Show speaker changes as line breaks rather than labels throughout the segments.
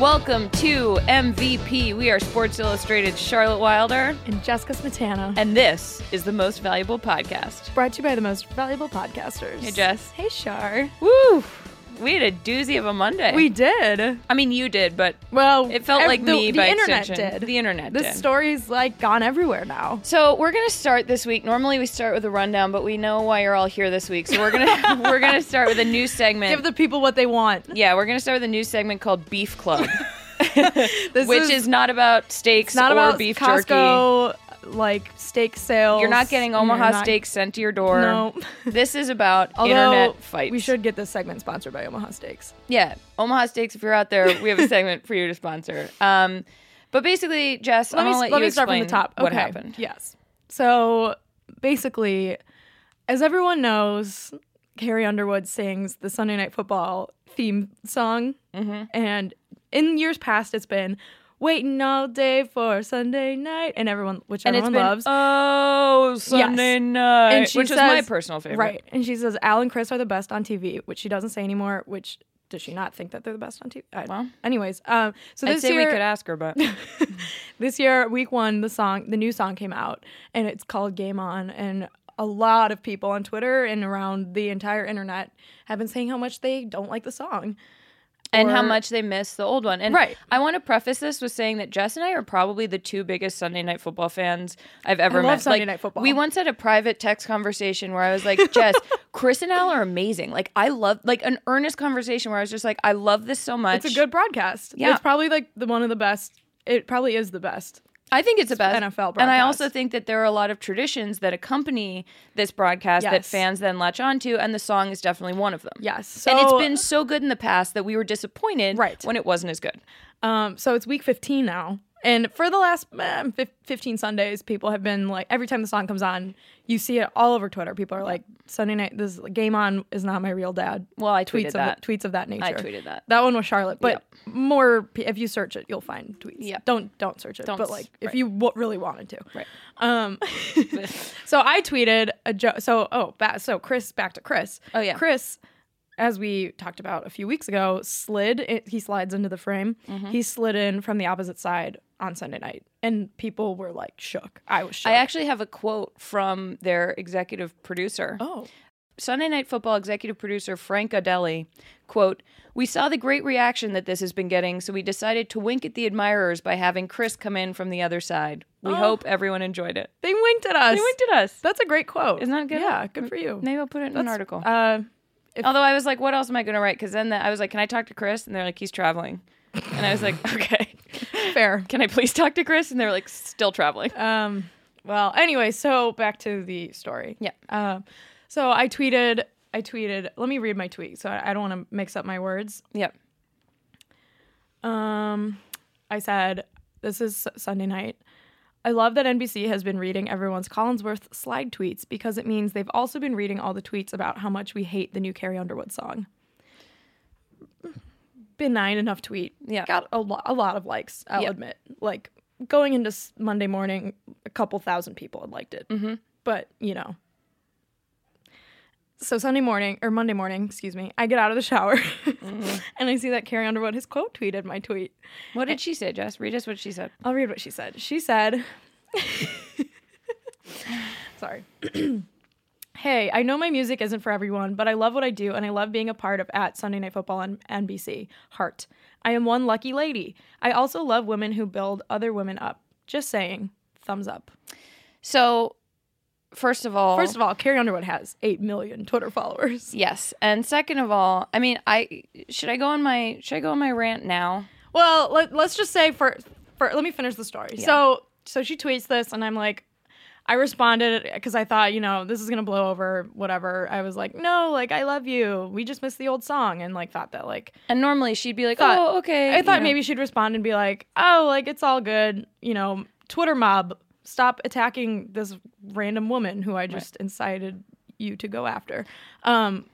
Welcome to MVP. We are Sports Illustrated Charlotte Wilder,
and Jessica Smetana.
and this is the most valuable podcast.
Brought to you by the most valuable podcasters.
Hey, Jess.
Hey, Shar.
Woo! We had a doozy of a Monday.
We did.
I mean, you did, but
Well,
it felt
ev-
like
the,
me
the
by
internet
extension.
did.
The internet
This
did.
story's like gone everywhere now.
So we're gonna start this week. Normally we start with a rundown, but we know why you're all here this week. So we're gonna we're gonna start with a new segment.
Give the people what they want.
yeah, we're gonna start with a new segment called Beef Club,
This
which is, not about steaks
it's not
or
about
beef jerky.
Costco like steak sales.
You're not getting
and you're
Omaha
not-
steaks sent to your door.
No.
This is about
Although,
internet fights.
We should get this segment sponsored by Omaha Steaks.
Yeah, Omaha Steaks. If you're out there, we have a segment for you to sponsor. Um, but basically, Jess,
let
I'm
me
gonna
let
you
me start from the
explain
top.
What
Okay.
happened?
Yes. So basically, as everyone knows, Carrie Underwood sings the Sunday Night Football theme song,
Mm-hmm.
and in years past, it's been waiting all day for Sunday night, and everyone, which
And it's
everyone
been
loves.
oh Sunday night,
and she
which
says,
is my personal favorite.
Right. And she says, Al and Chris are the best on TV, which she doesn't say anymore, which does she not think that they're the best on TV? I-
Well,
anyways, um, so
I'd
this
say
year,
we could ask her, but
this year week one the song the new song came out and it's called game on and a lot of people on twitter and around the entire internet have been saying how much they don't like the song
and how
Or-
much they miss the old one. And
Right.
I want to preface this with saying that Jess and I are probably the two biggest Sunday Night Football fans I've ever
love
met.
Sunday
Like,
Night Football.
We once had a private text conversation where I was like, Jess, Chris and Al are amazing. Like I love like an earnest conversation where I was just like, I love this so much.
it's a good broadcast
Yeah.
it's probably like the one of the best it probably is the best
I think it's the best
NFL
And I
broadcast.
also think that there are a lot of traditions that accompany this broadcast that
Yes.
fans then latch onto, and the song is definitely one of them.
yes so,
and it's been so good in the past that we were disappointed
Right.
when it wasn't as good.
Um, so it's week 15 now. And for the last eh, fif- 15 Sundays, people have been like, every time the song comes on, you see it all over Twitter. People are like, Sunday night, this game on is not my real dad.
Well, I tweeted
tweets
that.
Of, tweets of that nature.
I tweeted that.
That one was Charlotte, but more pe- if you search it, you'll find tweets.
Yeah.
Don't don't search it,
Don't
but
s-
like
right.
if you w- really wanted to.
Right.
Um, so I tweeted a joke. So oh, ba- so Chris, back to Chris.
Oh, yeah.
Chris, as we talked about a few weeks ago, slid. It, he slides into the frame.
Mm-hmm.
He slid in from the opposite side on Sunday night, and people were like shook. I was shook.
I actually have a quote from their executive producer.
oh,
Sunday Night Football executive producer Frank Adelli, quote, "We saw the great reaction that this has been getting, so we decided to wink at the admirers by having Chris come in from the other side. We hope everyone enjoyed it.
they winked at us.
Oh. They winked at us.
That's a great quote.
Isn't that good?
Yeah, good for you.
Maybe I'll put it in an article.
Uh,
Although I was like, what else am I going to write? Because then the, I was like, can I talk to Chris? And they're like, he's traveling. And I was like, okay.
fair.
Can I please talk to Chris? And they're like, still traveling.
Um, well, anyway, so back to the story.
Yeah.
Um, so I tweeted, I tweeted, let me read my tweet so I, I don't want to mix up my words.
Yep.
Um, I said, this is S- Sunday night. I love that NBC has been reading everyone's Collinsworth slide tweets because it means they've also been reading all the tweets about how much we hate the new Carrie Underwood song. Benign enough tweet.
Yeah.
Got a, lo- a lot of likes, I'll
Yeah.
admit. Like going into s- Monday morning, a couple thousand people had liked it. Mm-hmm. But, you know. So Sunday morning, or Monday morning, excuse me, I get out of the shower and I see that Carrie Underwood has quote tweeted my tweet.
What did she say, Jess? Read us what she said.
I'll read what she said. She said, Sorry. hey, I know my music isn't for everyone, but I love what I do and I love being a part of at Sunday Night Football on NBC. Heart. I am one lucky lady. I also love women who build other women up. Just saying. Thumbs up.
So, first of all,
First of all, Carrie Underwood has 8 million Twitter followers.
yes. And second of all, I mean, I should I go on my should I go on my rant now?
Well, let, let's just say for, for let me finish the story. So so she tweets this, and I'm like, I responded because I thought you know this is gonna blow over, whatever. I was like, no, like I love you. We just missed the old song, and like thought that like
And normally she'd be like,
Thought-
"Oh, okay."
I
you
thought
know.
maybe she'd respond and be like, oh, like it's all good, you know. Twitter mob, stop attacking this random woman who I just incited you to go after. Um,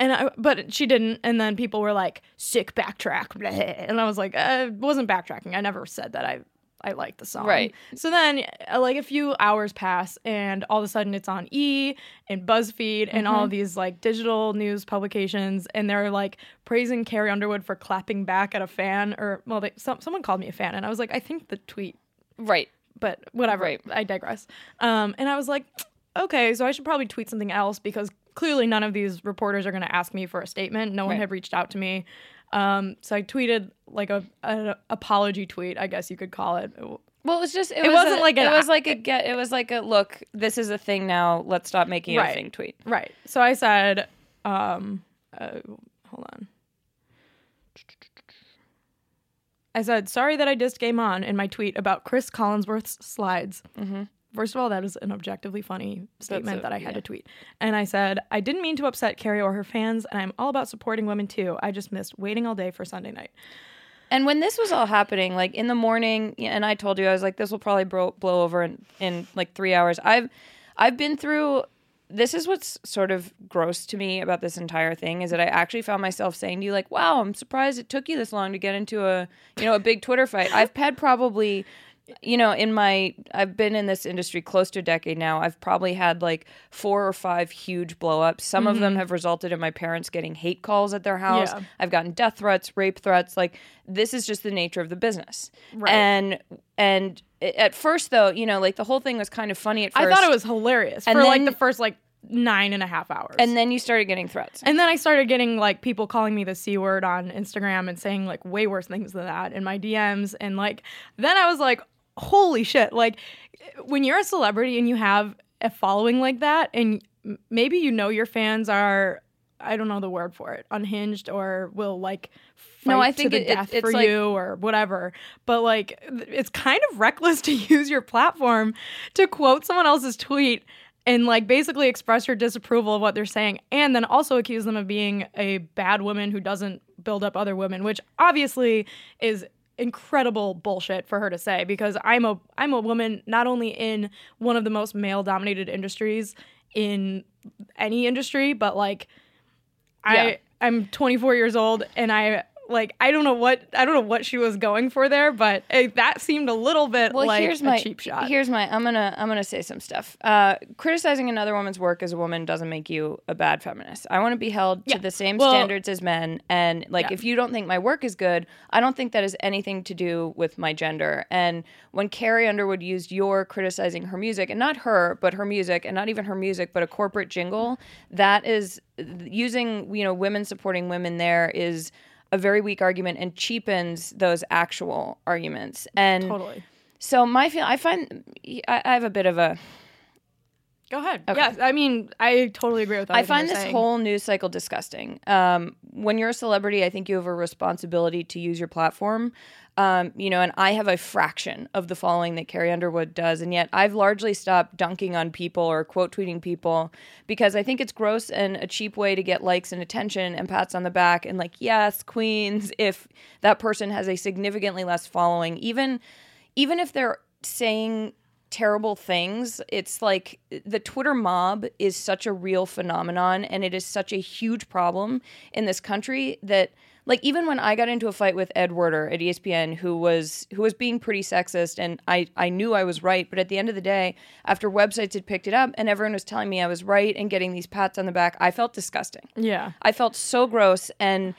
and I, but she didn't. And then people were like, sick backtrack. bleh." And I was like, uh, it wasn't backtracking. I never said that I I like the song.
Right.
So then, uh, like a few hours pass, and all of a sudden it's on E and BuzzFeed and all these like digital news publications, and they're like praising Carrie Underwood for clapping back at a fan, or well, they, some, someone called me a fan, and I was like, I think the tweet
Right.
but whatever.
Right.
I digress. Um, and I was like, okay, so I should probably tweet something else because clearly none of these reporters are going to ask me for a statement. No one
Right.
had reached out to me. Um, so I tweeted like a an apology tweet, I guess you could call it.
Well, it was just it,
It
was
wasn't
a-
like an-
it was like a get it was like a look. This is a thing now. Let's stop making it a
Right.
thing tweet.
Right. So I said, um, uh, hold on. I said, sorry that I dissed Game On in my tweet about Chris Collinsworth's slides. First of all, that is an objectively funny statement
a-
that I had
yeah.
to tweet. And I said, I didn't mean to upset Carrie or her fans, and I'm all about supporting women too. I just missed waiting all day for Sunday night.
And when this was all happening, like in the morning, and I told you, I was like, this will probably bro- blow over in, in like three hours. I've, I've been through. This is what's sort of gross to me about this entire thing is that I actually found myself saying to you, like, wow, I'm surprised it took you this long to get into a, you know, a big Twitter fight. I've had probably, you know, in my, I've been in this industry close to a decade now. I've probably had like four or five huge blow ups. Some of them have resulted in my parents getting hate calls at their house.
Yeah.
I've gotten death threats, rape threats. Like this is just the nature of the business.
Right.
And and at first though, you know, like the whole thing was kind of funny at first.
I thought it was hilarious
And
for
then-
like the first like nine and a half hours.
And then you started getting threats.
And then I started getting like people calling me the C word on Instagram and saying like way worse things than that in my DMs. And like, then I was like, holy shit. Like, when you're a celebrity and you have a following like that, and m- maybe you know your fans are, I don't know the word for it, unhinged or will like, fight
No, I
to
think
the
it- it-
death
it's
for
like-
you or whatever. But like, th- it's kind of reckless to use your platform to quote someone else's tweet and like basically express your disapproval of what they're saying and then also accuse them of being a bad woman who doesn't build up other women which obviously is incredible bullshit for her to say because I'm a I'm a woman not only in one of the most male dominated industries in any industry but like
Yeah.
I I'm 24 years old and I like I don't know what I don't know what she was going for there but it, that seemed a little bit
well,
like
here's
a
my
cheap shot.
Here's my I'm gonna I'm gonna say some stuff. Uh, criticizing another woman's work as a woman doesn't make you a bad feminist. I want to be held
Yeah.
to the same
Well-
standards as men. And like,
Yeah.
if you don't think my work is good, I don't think that has anything to do with my gender. And when Carrie Underwood used your criticizing her music, and not her, but her music, and not even her music, but a corporate jingle, that is using you know women supporting women. There is. A very weak argument and cheapens those actual arguments. And
totally.
so my feel, I find I, I have a bit of a.
Go ahead. Yes, I mean I totally agree with that.
I find this whole news cycle disgusting. Um, when you're a celebrity, I think you have a responsibility to use your platform. Um, you know, and I have a fraction of the following that Carrie Underwood does, and yet I've largely stopped dunking on people or quote tweeting people because I think it's gross and a cheap way to get likes and attention and pats on the back and like yes, queens. If that person has a significantly less following, even even if they're saying terrible things it's like the twitter mob is such a real phenomenon and it is such a huge problem in this country that like even when i got into a fight with ed werder at E espn who was who was being pretty sexist and i i knew i was right but at the end of the day after websites had picked it up and everyone was telling me i was right and getting these pats on the back i felt disgusting
Yeah.
I felt so gross, and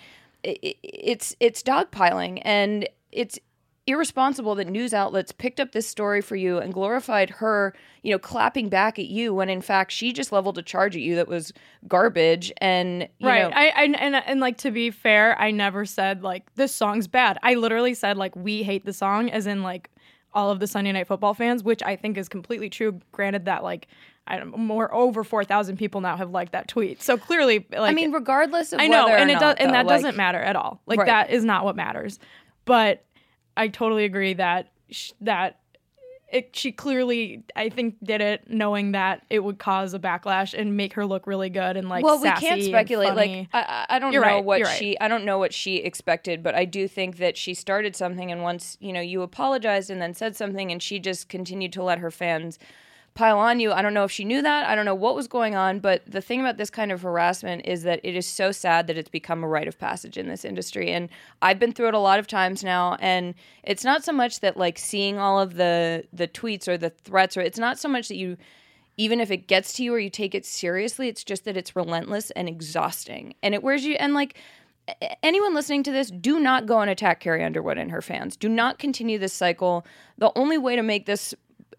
i i- it's it's dogpiling, and it's irresponsible that news outlets picked up this story for you and glorified her, you know, clapping back at you when in fact she just leveled a charge at you that was garbage, and you
right.
know,
I, I and and like to be fair, I never said like this song's bad. I literally said like we hate the song, as in like all of the Sunday Night Football fans, which I think is completely true. Granted that like I don't more over four thousand people now have liked that tweet, so clearly like
I mean, regardless of
I know,
whether
and
or
it
not,
does, and
though,
that
like-
doesn't matter at all. Like
Right.
that is not what matters. But I totally agree that sh- that it, she clearly, I think, did it knowing that it would cause a backlash and make her look really good and like.
well
sassy
we can't
and
speculate like
funny.
i, I I don't
You're
know
right,
what
you're right.
she i don't know what she expected but i do think that she started something and once you know you apologized and then said something and she just continued to let her fans pile on you. I don't know if she knew that. I don't know what was going on. But the thing about this kind of harassment is that it is so sad that it's become a rite of passage in this industry. And I've been through it a lot of times now. And it's not so much that like seeing all of the the tweets or the threats or it's not so much that you even if it gets to you or you take it seriously, it's just that it's relentless and exhausting. And it wears you and like a- anyone listening to this, do not go and attack Carrie Underwood and her fans. Do not continue this cycle. The only way to make this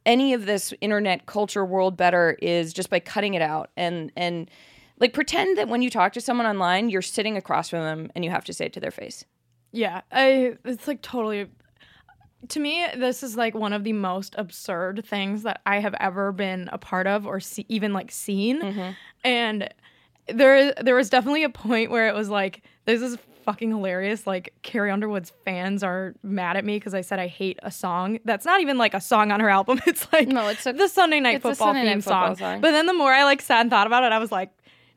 any of this internet culture world better is just by cutting it out and and like pretend that when you talk to someone online, you're sitting across from them and you have to say it to their face.
Yeah, I it's like totally to me this is like one of the most absurd things that I have ever been a part of or see, even like seen.
Mm-hmm.
And there there was definitely a point where it was like this is fucking hilarious like Carrie Underwood's fans are mad at me cuz I said I hate a song. That's not even like a song on her album. It's like
No, it's a-
the Sunday night
it's a
football
Sunday Night
theme
Football
song.
song.
But then the more I like sat and thought about it I was like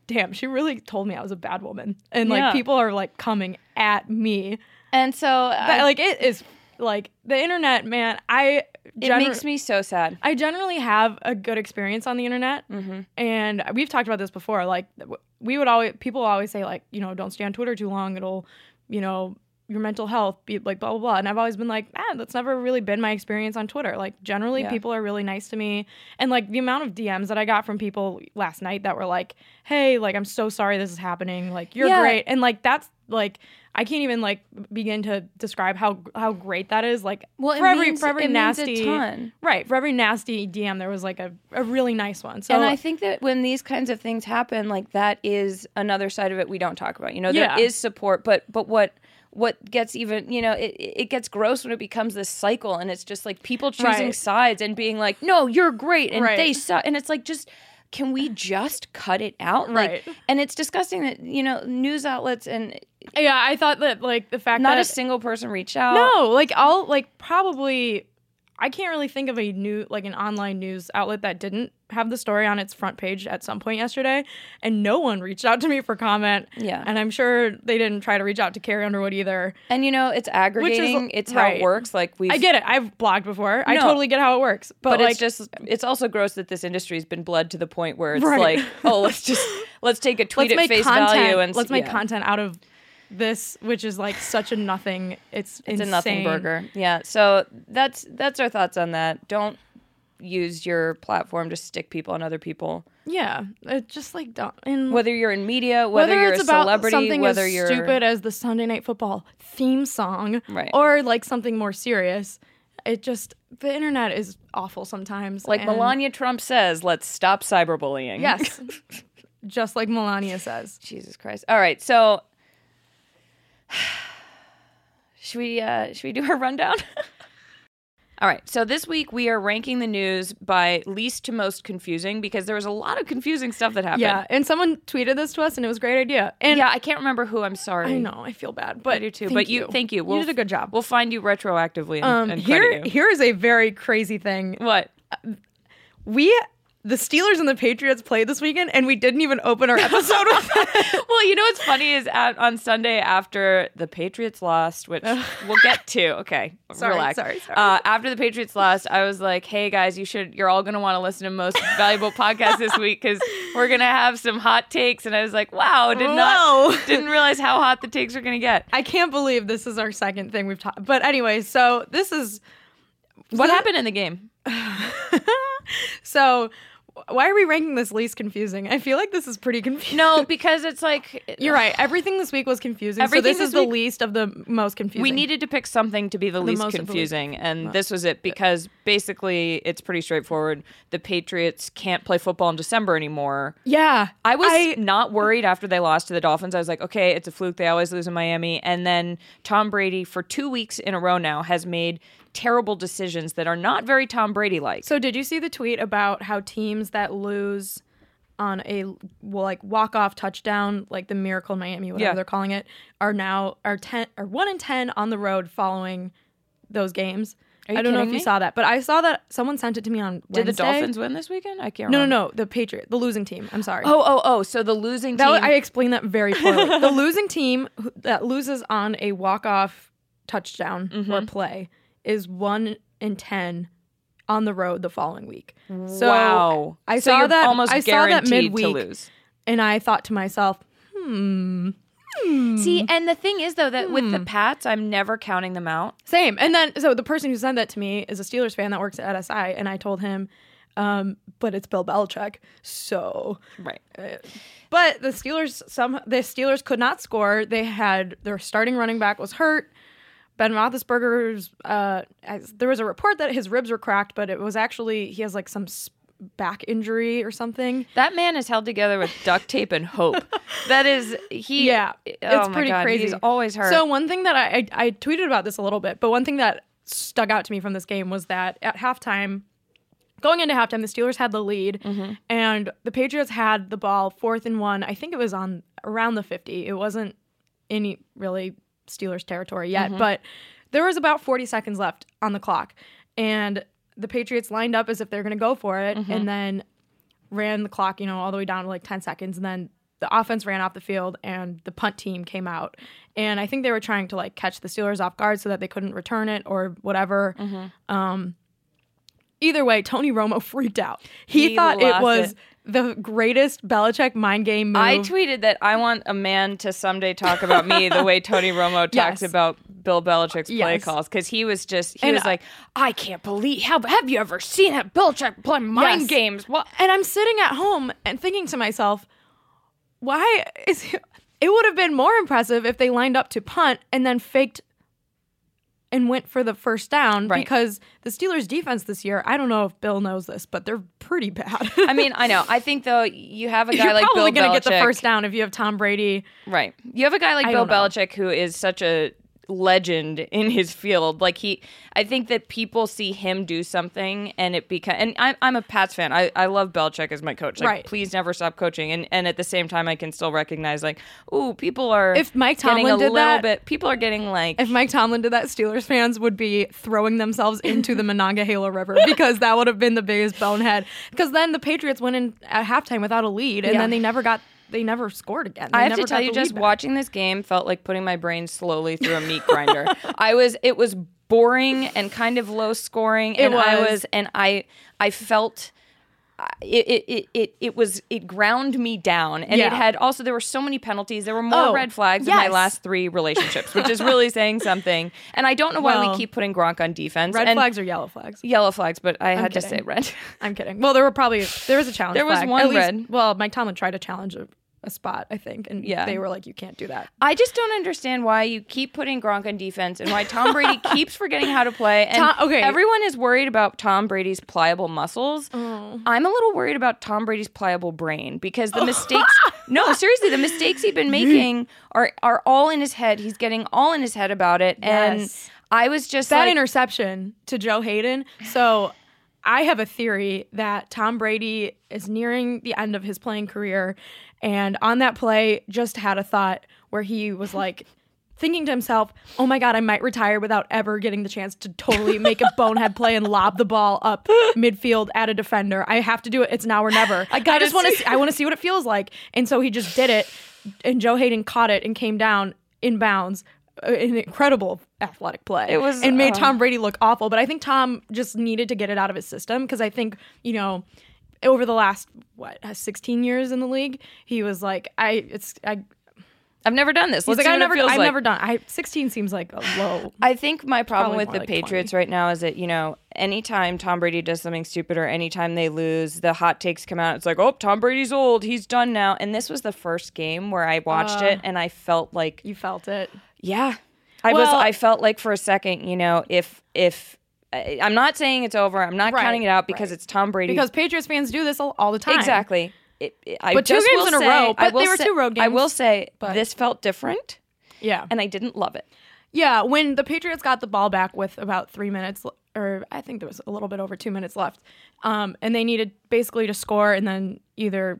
damn, she really told me I was a bad woman. And like
Yeah.
people are like coming at me.
And so uh,
But,
I,
like it is like the internet, man. I
it
gener-
makes me so sad.
I generally have a good experience on the internet,
Mm-hmm.
and we've talked about this before. Like w- we would always people always say like you know don't stay on Twitter too long. It'll you know your mental health be like blah blah blah. And I've always been like ah that's never really been my experience on Twitter. Like generally
Yeah.
people are really nice to me, and like the amount of DMs that I got from people last night that were like hey like I'm so sorry this is happening. Like you're
Yeah.
great, and like that's like. I can't even like begin to describe how how great that is. Like
Well, it
for every
means-
for every
it means a
nasty
ton.
Right. For every nasty DM, there was like a, a really nice one. So
and I think that when these kinds of things happen, like that is another side of it we don't talk about. You know,
Yeah.
there is support, but but what what gets even you know it it gets gross when it becomes this cycle, and it's just like people choosing
Right.
sides and being like, no, you're great, and
Right.
they suck, and it's like just. Can we just cut it out? Like,
Right.
And it's disgusting that, you know, news outlets and
yeah, I thought that like the fact
not
that
a single person reached out.
no, like I'll like probably I can't really think of a new like an online news outlet that didn't have the story on its front page at some point yesterday, and no one reached out to me for comment.
Yeah.
and I'm sure they didn't try to reach out to Carrie Underwood either.
And, you know, it's aggregating. it's how
right.
it works. Like, we've
I get it. I've blogged before. I
No.
totally get how it works. But,
but
like,
it's just it's also gross that this industry has been bled to the point where it's
Right.
like oh let's just let's take a tweet
let's
at
make
face
content.
value and s-
let's make
yeah.
content out of this, which is like such a nothing. It's
it's a nothing
insane.
burger yeah so that's that's our thoughts on that don't use your platform to stick people on other people
Yeah, it just like don't. And whether,
whether you're in media whether, you're
it's
a
about
celebrity
something
whether
as
you're
stupid as the Sunday Night Football theme song,
Right.
or like something more serious, it just the internet is awful sometimes.
like
and-
melania trump says let's stop cyberbullying
yes, just like Melania says.
jesus christ all right so should we uh should we do our rundown All right, so this week we are ranking the news by least to most confusing because there was a lot of confusing stuff that happened.
Yeah, and someone tweeted this to us, and it was a great idea. And
Yeah, I can't remember who. I'm sorry.
I know I feel bad, but
I do too.
Thank
but you, thank you. We'll,
you did a good job.
We'll find you retroactively and,
um,
and
here,
credit you.
here is a very crazy thing
What?
we the Steelers and the Patriots played this weekend, and we didn't even open our episode with it.
Well, you know what's funny is at, on Sunday after the Patriots lost, which we'll get to. Okay,
Oh. Sorry,
relax.
sorry, sorry.
Uh, after the Patriots lost, I was like, "Hey guys, you should. You're all gonna want to listen to most valuable podcast this week because we're gonna have some hot takes." And I was like, "Wow, did
Whoa.
not didn't realize how hot the takes were gonna get."
I can't believe this is our second thing we've talked. But anyway, so this is
What happened in the game?
so. Why are we ranking this least confusing? I feel like this is pretty confusing.
No, because it's like
You're right. Everything this week was confusing. so
Everything
this,
this
is the
week-
least of the most confusing.
We needed to pick something to be the, least
most- the least-
confusing, and this was it because basically it's pretty straightforward. The Patriots can't play football in December anymore.
Yeah,
I was not worried after they lost to the Dolphins. I was like, okay, it's a fluke. They always lose in Miami. And then Tom Brady, for two weeks in a row now, has made terrible decisions that are not very Tom Brady like.
So did you see the tweet about how teams that lose on a well, like walk off touchdown, like the Miracle Miami, whatever
Yeah.
they're calling it, are now are ten are one in ten on the road following those games.
you
I don't know if
kidding
you
me?
saw that, but I saw that someone sent it to me on
Did
Wednesday.
the Dolphins win this weekend? I can't
No, no,
remember.
no. The Patriot, the losing team. I'm sorry.
Oh, oh, oh. So the losing
that
team.
was, I explained that very poorly. the losing team who- that loses on
Mm-hmm.
a walk off touchdown or play is one in ten on the road the following week. So
wow.
I
So
saw
you're
that
almost
I saw that
guaranteed
midweek
to lose.
and I thought to myself, Hmm.
See, and the thing is though that with the Pats, I'm never counting them out.
Same. And then, so the person who sent that to me is a Steelers fan that works at SI, and I told him, um, but it's Bill Belichick. So,
Right.
but the Steelers, some the Steelers could not score. They had their starting running back was hurt. Ben Roethlisberger's, uh, as, there was a report that his ribs were cracked, but it was actually he has like some s- back injury or something.
That man is held together with duct tape and hope. that is he
Yeah,
oh
it's
my
pretty
God,
crazy.
He's always hurt.
So one thing that I, I I tweeted about this a little bit, but one thing that stuck out to me from this game was that at halftime, going into halftime, the Steelers had the lead, and the Patriots had the ball fourth and one. I think it was on around the fifty. It wasn't any really Steelers territory yet, but there was about 40 seconds left on the clock. And the Patriots lined up as if they're going to go for it and then ran the clock, you know, all the way down to like 10 seconds. And then the offense ran off the field and the punt team came out. And I think they were trying to like catch the Steelers off guard so that they couldn't return it or whatever. Um,
Mm-hmm.
either way, Tony Romo freaked out. He,
He
thought it
lost
was
it.
the greatest Belichick mind game move.
I tweeted that I want a man to someday talk about me the way Tony Romo talks
Yes.
about Bill Belichick's play
Yes.
calls because he was just he
And
was
I-
like, I can't believe how have you ever seen that Belichick play mind
Yes.
games? What?
And I'm sitting at home and thinking to myself, why is it would have been more impressive if they lined up to punt and then faked and went for the first down
Right.
because the Steelers defense this year, I don't know if Bill knows this, but they're pretty bad.
I mean, I know. I think though you have a guy
you're
like
probably
Bill
going to
Belichick.
get the first down if you have Tom Brady.
Right. You have a guy like Bill
don't know.
Belichick who is such a legend in his field. Like he, I think that people see him do something and it becomes. And I'm I'm a Pats fan. I I love Belichick as my coach. Like,
Right.
Please never stop coaching. And and at the same time, I can still recognize like, ooh, people are
If Mike
getting
Tomlin
a
did
little
that-
bit. People are getting like.
If Mike Tomlin did that, Steelers fans would be throwing themselves into the Monongahela River because that would have been the biggest bonehead. Because then the Patriots went in at halftime without a lead, and
Yeah.
then they never got they never scored again. They
I have
never
to tell
got
you,
the
just
lead back.
watching this game felt like putting my brain slowly through a meat grinder. I was, it was boring and kind of low scoring, and I
was.
was, and I, I felt. I- It, it it it it was it ground me down, and it
Yeah.
had also there were so many penalties. There were more
Oh,
red flags in my
yes.
last three relationships, which is really saying something. And I don't know why we
Well,
keep putting Gronk on defense.
Red
and
flags or yellow flags?
yellow flags, but I had to
kidding.
say red.
I'm kidding. Well, there were probably there was a challenge.
There was
flag.
one
At least-
red.
well, Mike Tomlin tried to challenge a, a spot, I think, and
Yeah.
they were like, "You can't do that."
I just don't understand why you keep putting Gronk on defense and why Tom Brady keeps forgetting how to play. And
Tom- okay.
everyone is worried about Tom Brady's pliable muscles.
Mm.
I'm a little worried about Tom Brady's pliable brain because the mistakes. no, seriously, the mistakes he's been making are are all in his head. He's getting all in his head about it,
Yes.
and I was just
That
like,
interception to Joe Hayden. So I have a theory that Tom Brady is nearing the end of his playing career and on that play just had a thought where he was like thinking to himself, "Oh my god, I might retire without ever getting the chance to totally make a bonehead play and lob the ball up midfield at a defender. I have to do it. It's now or never. I,
gotta
just want
see-
to I want to see what it feels like." And so he just did it and Joe Hayden caught it and came down in bounds. Uh, An incredible athletic play
It was,
and made
uh,
Tom Brady look awful. But I think Tom just needed to get it out of his system because I think you know over the last what 16 years in the league, he was like, I it's I
I've never done this.
he's
Let's
like
see
I
what
never
it feels
I've
like.
never done. I 16 seems like a low.
I think my problem
Probably
with
more
the
like
Patriots right now is that, you know, anytime Tom Brady does something stupid or anytime they lose, the hot takes come out. It's like, oh, Tom Brady's old. He's done now. And this was the first game where I watched it and I felt like,
You felt it.
yeah. I was,
Well-
I felt like for a second, you know, if, if, I- I'm not saying it's over. I'm not
Right,
counting it out because
right.
it's Tom Brady.
Because Patriots fans do this all, all the time.
exactly. It, it- I
But two
just
games
will
in a
say-
row,
I
but they
will
were
say-
two road
I
games,
will say
but-
this felt different
Yeah.
and I didn't love it.
Yeah, when the Patriots got the ball back with about three minutes, l- or I think there was a little bit over two minutes left, um, and they needed basically to score and then either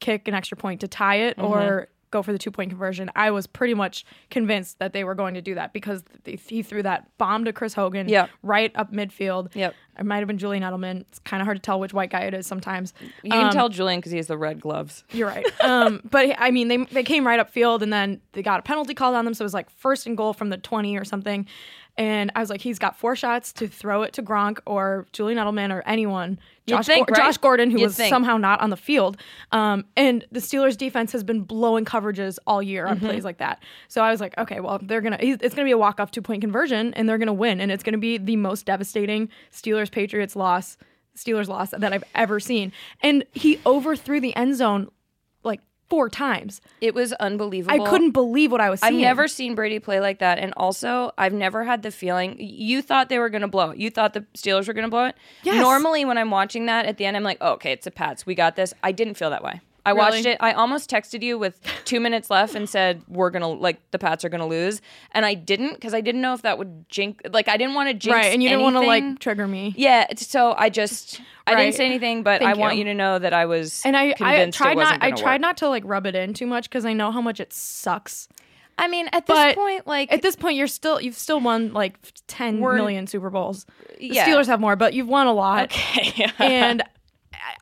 kick an extra point to tie it
Mm-hmm.
or go for the two point conversion. I was pretty much convinced that they were going to do that because they, he threw that bomb to Chris Hogan
Yep.
right up midfield.
Yep.
It might have been Julian Edelman. It's kind of hard to tell which white guy it is sometimes.
You can
Um,
tell Julian because he has the red gloves.
You're right. Um, but I mean, they they came right up field, and then they got a penalty called on them, so it was like first and goal from the 20 or something. And I was like, he's got four shots to throw it to Gronk or Julian Edelman or anyone.
You'd
Josh,
think,
Gor-
right?
Josh Gordon, who
You'd
was
think.
somehow not on the field. Um, and the Steelers' defense has been blowing coverages all year on plays like that. So I was like, okay, well, they're gonna he's- it's gonna be a walk off two point conversion, and they're gonna win, and it's gonna be the most devastating Steelers Patriots loss. Steelers loss that I've ever seen. And he overthrew the end zone like four times.
It was
I
unbelievable.
couldn't believe what I was
I've
seeing.
never seen Brady play like that. And also, I've never had the feeling you thought they were going to blow it. You thought the Steelers were going to blow it.
Yes.
Normally, when I'm watching that at the end, I'm like, oh, okay, it's the Pats. We got this. I didn't feel that way. I watched it. I almost texted you with two minutes left and said, we're going to, like, the Pats are going to lose. And I didn't because I didn't know if that would jinx. Like, I didn't want to jinx.
right, and you didn't want to
anything.
like trigger me.
Yeah, t- so I just I
Right.
didn't say anything, but I
Thank
want you
you.
to know that I was
And I, I
convinced
tried
it wasn't
not I
gonna
tried
work.
not to like rub it in too much because I know how much it sucks.
I mean, at this
But
point, like
At this point, you're still you've still won like ten million Super Bowls. The
Yeah.
Steelers have more, but you've won a lot.
okay,
and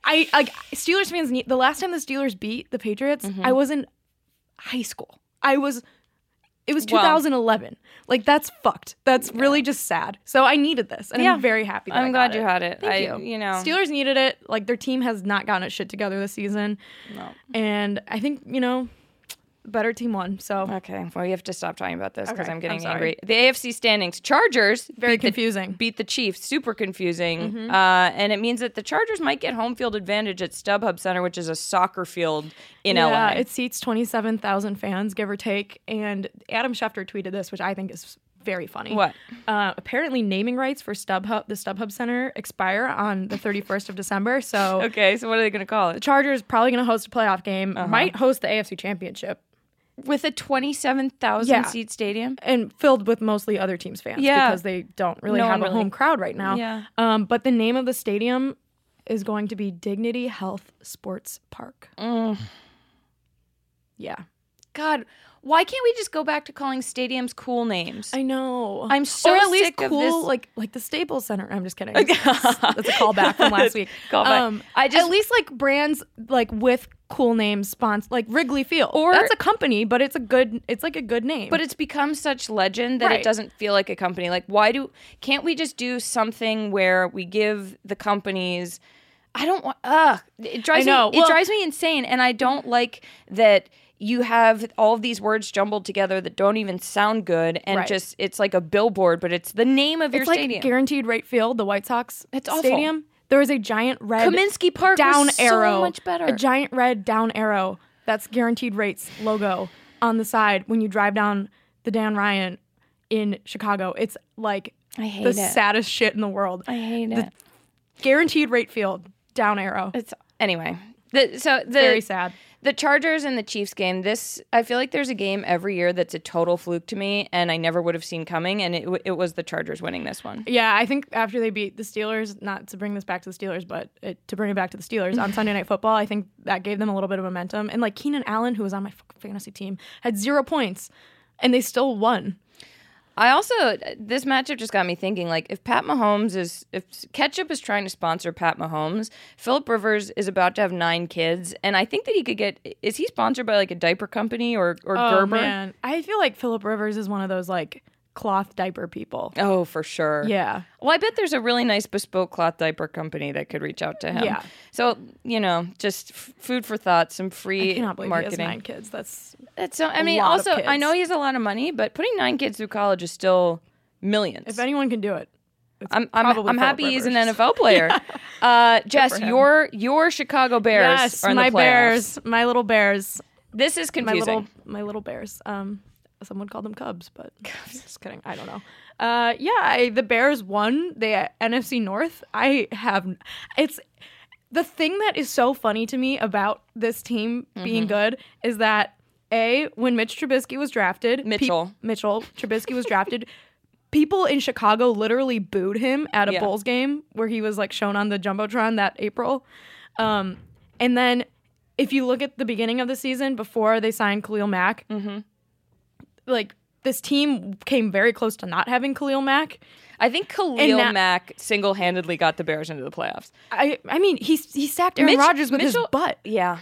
I, I like Steelers fans need the last time the Steelers beat the Patriots,
Mm-hmm.
I was in high school. I was it was
Well-
2011. like that's fucked. That's really just sad. So I needed this, and
Yeah.
I'm very happy. That I
I'm glad
got
you
it.
had Oh it.
Thank
I,
you.
you know,
Steelers needed it. Like their team has not gotten its shit together this season,
No.
and I think you know, better team won. So
Okay, well, you have to stop talking about this because
Okay,
I'm
I'm
getting
sorry.
angry. The AFC standings: Chargers
very
beat the
confusing.
beat the Chiefs. Super confusing. Uh, and it means that the Chargers might get home field advantage at StubHub Center, which is a soccer field in LA.
Yeah, it seats 27,000 fans, give or take. And Adam Schefter tweeted this, which I think is very funny.
What?
Uh, apparently, naming rights for StubHub, the StubHub Center, expire on the 31st of December. So
okay, Uh-huh. so what are they going to call
the
it?
Chargers probably going to host a playoff game, might host the AFC Championship,
With a 27,000
Yeah.
seat stadium?
and filled with mostly other teams' fans
Yeah.
because they don't really
No
have
one
a
really-
home crowd right now.
Yeah.
Um, but the name of the stadium is going to be Dignity Health Sports Park.
Mm.
Yeah.
God, why can't we just go back to calling stadiums cool names?
I know.
I'm so
or at least
sick of
cool,
this-
like like the Staples Center. I'm just kidding. That's a callback from last week.
Callback. I
I
just-
just at least like brands like with cool names, sponsor like Wrigley Field. Or that's a company, but it's a good. It's like a good name.
but it's become such legend that it
Right.
doesn't feel like a company. Like, why do can't we just do something where we give the companies? I don't want. Ugh, it drives
I know.
me.
Well-
it drives me insane, and I don't like that you have all of these words jumbled together that don't even sound good, and
Right.
just it's like a billboard, but it's the name of your
it's like
stadium.
guaranteed right field, the White Sox
That's awful.
stadium. There was a giant red
Kaminsky Park
down
was so
arrow.
much better.
A giant red down arrow. That's guaranteed rates logo on the side when you drive down the Dan Ryan in Chicago. It's like
I hate
the
it.
saddest shit in the world.
I hate it.
guaranteed rate field down arrow.
It's anyway. The, so the
Very sad.
The Chargers and the Chiefs game. This I feel like there's a game every year that's a total fluke to me, and I never would have seen coming. And it, w- it was the Chargers winning this one.
Yeah, I think after they beat the Steelers, not to bring this back to the Steelers, but it, to bring it back to the Steelers on Sunday Night Football, I think that gave them a little bit of momentum. And like Keenan Allen, who was on my fucking fantasy team, had zero points, and they still won.
I also this matchup just got me thinking. Like if Pat Mahomes is if Ketchup is trying to sponsor Pat Mahomes, Philip Rivers is about to have nine kids, and I think that he could get. Is he sponsored by like a diaper company or or
Oh,
Gerber?
I feel like Philip Rivers is one of those like cloth diaper people.
Oh, for sure.
Yeah,
Well, I bet there's a really nice bespoke cloth diaper company that could reach out to him.
Yeah.
So you know, just f- food for thought, some free
I cannot believe he has
marketing.
nine kids. That's
That's so. I mean,
lot of
also, I know
kids.
he has a lot of money, but putting nine kids through college is still millions.
if anyone can do it. it's
I'm I'm,
probably
I'm
Phillip
happy he's an
Rivers.
NFL player. uh, Jess,
him.
your your Chicago Bears
Yes,
are in the
my
playoffs.
bears, my little bears.
This is
my
confusing.
little my little bears. Um, someone called them Cubs, but just kidding. I don't know. Uh, yeah, I, the Bears won the uh, NFC North. I have it's the thing that is so funny to me about this team
Mm-hmm.
being good is that a when Mitch Trubisky was drafted, peop-
Mitchell.
Mitchell Trubisky was drafted. People in Chicago literally booed him at a
Yeah.
Bulls game where he was like shown on the jumbotron that April. Um, and then
Mm-hmm.
if you look at the beginning of the season before they signed Khalil Mack, like this team came very close to not having Khalil Mack.
I think Khalil
And now-
Mack single handedly got the Bears into the playoffs.
I I mean, he he sacked Aaron
Mitch-
Rodgers with
Mitchell-
his butt.
Yeah.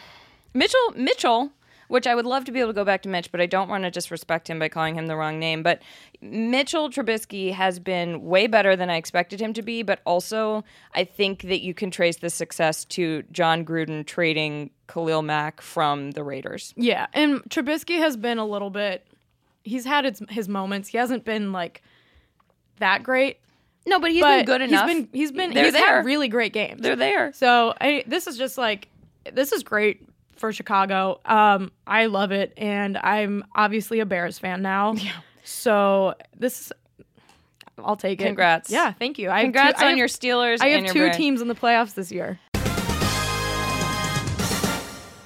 Mitchell Mitchell, which I would love to be able to go back to Mitch, but I don't want to disrespect him by calling him the wrong name. But Mitchell Trubisky has been way better than I expected him to be, but also I think that you can trace the success to John Gruden trading Khalil Mack from the Raiders.
Yeah, and Trubisky has been a little bit. He's had his, his moments. He hasn't been like that great,
No, but he's
but
been good enough.
He's been he's been
They're
he's
there.
had really great games.
They're there.
So I, this is just like this is great for Chicago. Um, I love it, and I'm obviously a Bears fan now. Yeah. So this, I'll take it.
Congrats.
Yeah, thank you. I have
Congrats
two- I
on
have-
your Steelers.
I
and
have
your
two
Bears.
teams in the playoffs this year.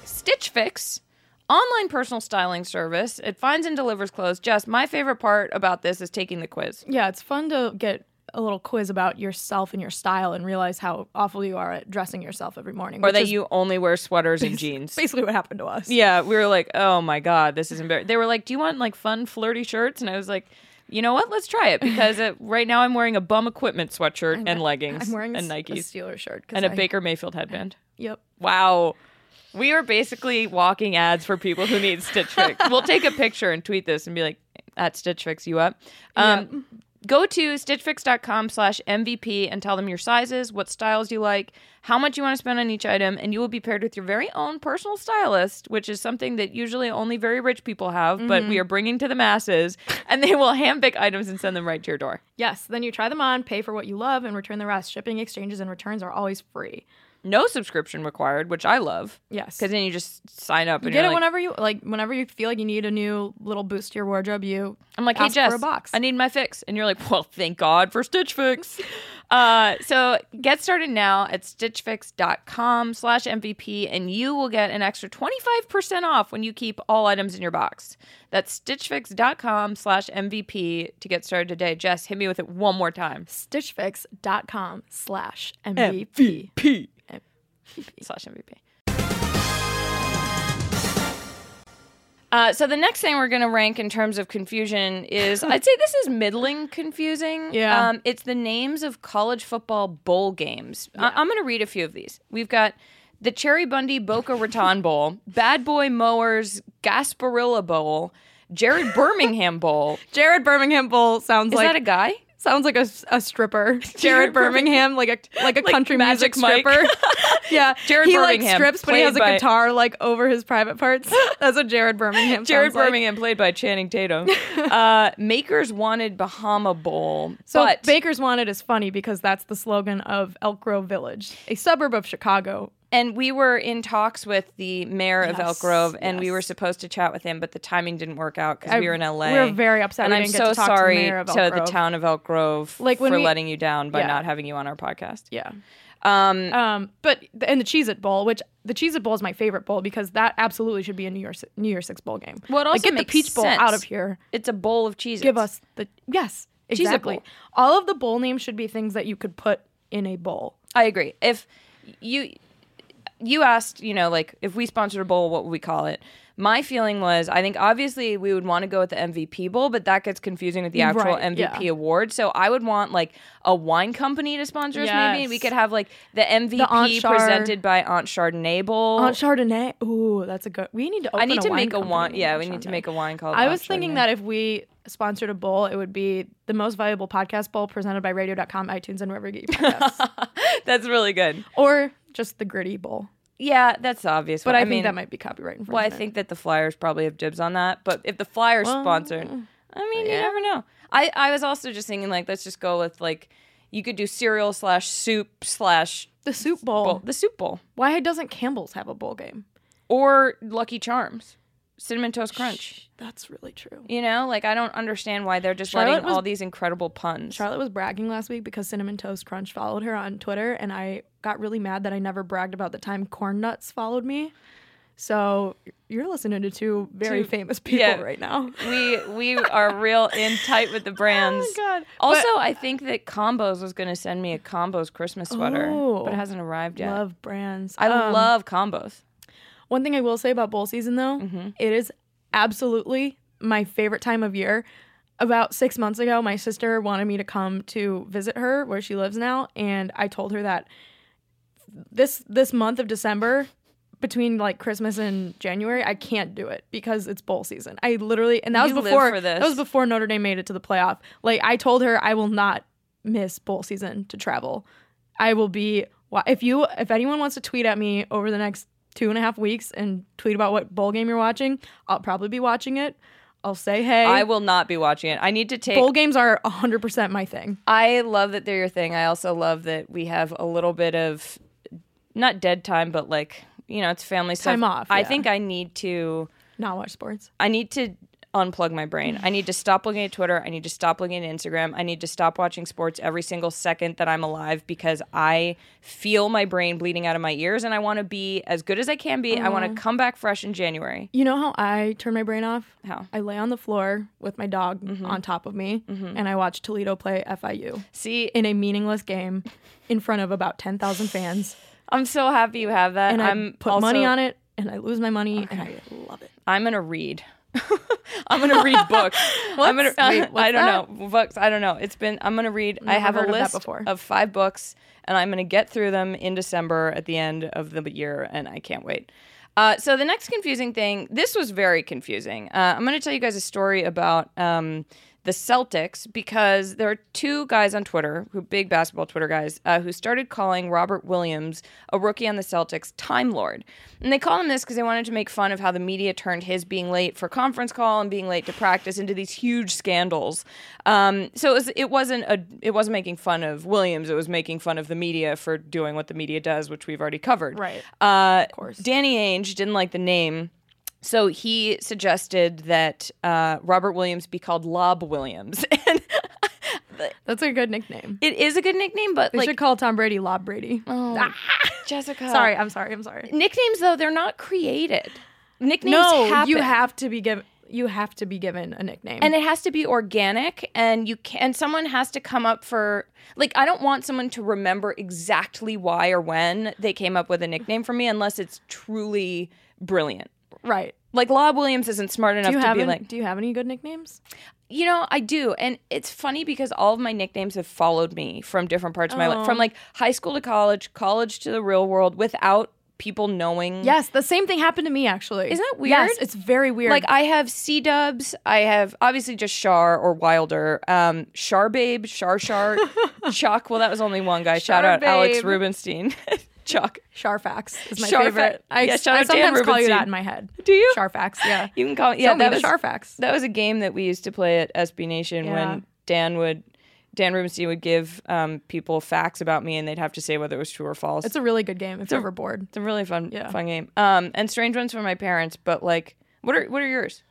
Stitch Fix, online personal styling service. It finds and delivers clothes. Jess, my favorite part about this is taking the quiz.
Yeah, it's fun to get a little quiz about yourself and your style and realize how awful you are at dressing yourself every morning.
Or
which
that
is
you only wear sweaters and jeans.
basically what happened to us.
Yeah, we were like, oh my god, this is embarrassing. They were like, do you want like fun flirty shirts? And I was like, you know what? Let's try it because uh right now I'm wearing a bum equipment sweatshirt and leggings
I'm wearing
and
a, s- a
Nikes
Steelers shirt 'cause
and a
I-
Baker Mayfield headband.
Yep.
Wow. We are basically walking ads for people who need Stitch Fix. we'll take a picture and tweet this and be like, at Stitch Fix, you up? Um, Go to stitchfix.com slash MVP and tell them your sizes, what styles you like, how much you want to spend on each item, and you will be paired with your very own personal stylist, which is something that usually only very rich people have, but
Mm-hmm.
we are bringing to the masses, and they will handpick items and send them right to your door.
Yes, then you try them on, pay for what you love, and return the rest. Shipping, exchanges, and returns are always free.
No subscription required, which I love,
Yes.
because then you just sign up
You
and
get
you're
it
like,
whenever you like. Whenever you feel like you need a new little boost to your wardrobe, you.
I'm like, hey
ask for a
Jess,
box.
I need my fix, and you're like, well, thank God for Stitch Fix. uh, so get started now at stitchfix.com/slash MVP, and you will get an extra 25 percent off when you keep all items in your box. That's stitchfix.com/slash MVP to get started today. Jess, hit me with it one more time.
Stitchfix.com slash MVP.
P slash MVP. Uh, so the next thing we're going to rank in terms of confusion is I'd say this is middling confusing.
Yeah.
Um, it's the names of college football bowl games. I- I'm going to read a few of these. We've got the Cherry Bundy Boca Raton Bowl, Bad Boy Mowers Gasparilla Bowl, Jared Birmingham Bowl.
Jared Birmingham Bowl sounds
Is
like
that a guy?
sounds like a, a stripper. Jared Birmingham, like a like a country
Magic
music
Mike.
stripper. yeah,
Jared
he
Birmingham,
like strips, but he has a
played by-
guitar like over his private parts. That's what Jared Birmingham.
Jared
sounds like.
Birmingham, played by Channing Tatum. uh, Makers wanted Bahama Bowl,
So
but
Baker's Wanted is funny because that's the slogan of Elk Grove Village, a suburb of Chicago.
and we were in talks with the mayor of Elk
Yes,
Grove, and we
yes.
were supposed to chat with him, but the timing didn't work out because
I-
we were in LA.
we were very upset
and
we
I'm
didn't
so
get to talk to the
sorry
mayor of Elk
to
Grove.
the town of Elk Grove
Like, when
for
we-
letting you down by
Yeah.
not having you on our podcast.
Yeah.
Um,
Um, but and the Cheez It Bowl, which the Cheez It Bowl is my favorite bowl because that absolutely should be a New Year New Year Six bowl game.
Well, it
Like,
also
get
makes
the Peach Bowl
sense.
out of here.
it's a bowl of cheese.
Give us the yes exactly.
Bowl.
All of the bowl names should be things that you could put in a bowl.
I agree. If you you asked, you know, like if we sponsored a bowl, what would we call it? My feeling was, I think obviously we would want to go with the MVP bowl, but that gets confusing with the actual
Right,
MVP
yeah.
award. So I would want like a wine company to sponsor us, maybe, and we
Yes.
could have like the MVP
Aunt Char-
presented by Aunt Chardonnay bowl.
Aunt Chardonnay. Ooh, that's a good. We need to. Open
I need to
wine
make a
company
wine. Yeah,
named
we need to
Chardonnay.
make a wine called.
I
Aunt
was thinking
Chardonnay.
that if we sponsored a bowl, it would be the most valuable podcast bowl presented by radio.com, iTunes, and wherever you get your podcasts.
that's really good.
or just the gritty bowl.
Yeah, that's the obvious.
But
one.
I,
I
think
mean,
that might be copyright infringement.
Well, I think that the Flyers probably have dibs on that. But if the Flyers sponsored, I mean, you never know. I, I was also just thinking, like, let's just go with, like, you could do cereal slash soup slash
the soup bowl.
bowl, the soup bowl
Why doesn't Campbell's have a bowl game?
or Lucky Charms, Cinnamon Toast Crunch.
That's really true.
You know, like, I don't understand why they're just
Charlotte
letting
was-
all these incredible puns.
Charlotte was bragging last week because Cinnamon Toast Crunch followed her on Twitter, and I got really mad that I never bragged about the time Corn Nuts followed me. So you're listening to two very
Two-
famous people
yeah.
right now.
we we are real in tight with the brands.
Oh God.
Also, I think that Combos was going to send me a Combos Christmas sweater,
Oh.
but it hasn't arrived yet.
Love brands.
I
Um,
love Combos. Mm-hmm.
One thing I will say about bowl season, though, it is absolutely my favorite time of year. About six months ago, my sister wanted me to come to visit her where she lives now, and I told her that this this month of December, between like Christmas and January, I can't do it because it's bowl season. I literally and that
You
was
live
before
for this.
that was before Notre Dame made it to the playoff. Like I told her I will not miss bowl season to travel. I will be wa- if you if anyone wants to tweet at me over the next two and a half weeks and tweet about what bowl game you're watching, I'll probably be watching it. I'll say hey.
I will not be watching it. I need to take.
bowl games are 100% my thing.
I love that they're your thing. I also love that we have a little bit of not dead time, but like you know, it's family stuff.
Time off,
I
yeah.
think I need to.
Not watch sports.
I need to unplug my brain. I need to stop looking at Twitter. I need to stop looking at Instagram. I need to stop watching sports every single second that I'm alive because I feel my brain bleeding out of my ears and I want to be as good as I can be. I want to come back fresh in January.
You know how I turn my brain off?
How? Mm-hmm.
I lay on the floor with my dog on top of me and I watch Toledo play FIU
See,
in a meaningless game in front of about 10,000 fans.
I'm so happy you have that.
And
I'm
I put
also,
money on it and I lose my money and I love it.
I'm gonna read. I'm gonna read books. I'm gonna.
Wait, what's
I don't know books. I don't know. It's been. I'm gonna read. I
Never
have a
heard of that
list
before.
of five books, and I'm gonna get through them in December at the end of the year, and I can't wait. Uh, so the next confusing thing. This was very confusing. Uh, I'm gonna tell you guys a story about um, the Celtics because there are two guys on Twitter who big basketball Twitter guys uh, who started calling Robert Williams, a rookie on the Celtics, Time Lord, and they call him this because they wanted to make fun of how the media turned his being late for conference call and being late to practice into these huge scandals. Um, so it, was, it wasn't a it wasn't making fun of Williams. It was making fun of the media for doing what the media does, which we've already covered.
Right.
Uh, of
course.
Danny Ainge didn't like the name. So he suggested that uh, Robert Williams be called Lob Williams, and
That's a good nickname.
it is a good nickname. But
They
like,
should call Tom Brady Lob Brady.
Ah, Jessica,
Sorry, I'm sorry, I'm sorry.
nicknames though they're not created. Nicknames
No,
happen.
you have to be given you have to be given a nickname.
and it has to be organic and you can and someone has to come up for like i don't want someone to remember exactly why or when they came up with a nickname for me unless it's truly brilliant
right.
like Lob Williams isn't smart enough
Do you
to
have
be
any,
like,
do you have any good nicknames?
you know, I do, and it's funny because all of my nicknames have followed me from different parts of my life, from like high school to college, college to the real world, without people knowing.
Yes, the same thing happened to me actually.
Isn't that
Yes,
weird?
it's very weird.
Like I have C Dubs, I have obviously just Shar or Wilder, um, Shar Babe, Shar Shar, Chuck. Well, that was only one guy. Shout
Shar
out Alex
Babe.
Rubenstein, Chuck.
Sharfax is my
Sharfax.
favorite. I,
Yeah, shout
I
out Dan
sometimes call you
Rubenstein.
that in my head.
Do you?
Sharfax, yeah.
You can call
Yeah,
yeah. That was
Sharfax.
that was a game that we used to play at SB Nation
Yeah.
when Dan would Dan Rubenstein would give um, people facts about me, and they'd have to say whether it was true or false.
It's a really good game if you're ever bored.
It's a really fun,
Yeah.
fun game. Um, and strange ones for my parents, but like, what are what are yours?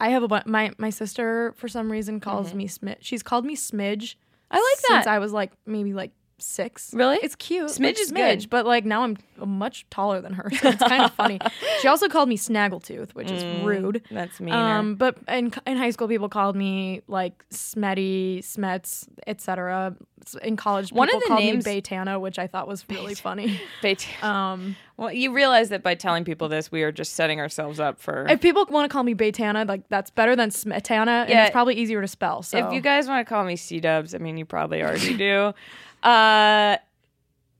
I have a bu- my my sister for some reason calls me Smidge. She's called me Smidge.
Mm-hmm.
I
like
Since
that.
I was like maybe like six.
Really?
It's cute.
Smidge
like
is
Smidge,
good.
but like now I'm much taller than her, so it's kind of funny. She also called me Snaggletooth, which is rude.
Mm, That's meaner.
Um, but in in high school, people called me like Smetty, Smets, etc. In college, people
One of the
called
names-
me Baytana, which I thought was really funny.
They t-
Um,
well, you realize that by telling people this, we are just setting ourselves up for. If,
if people want to call me Baytana, like that's better than Smetana, and
Yeah.
it's probably easier to spell. So
you guys want to call me C Dubs, I mean, you probably already do. Uh,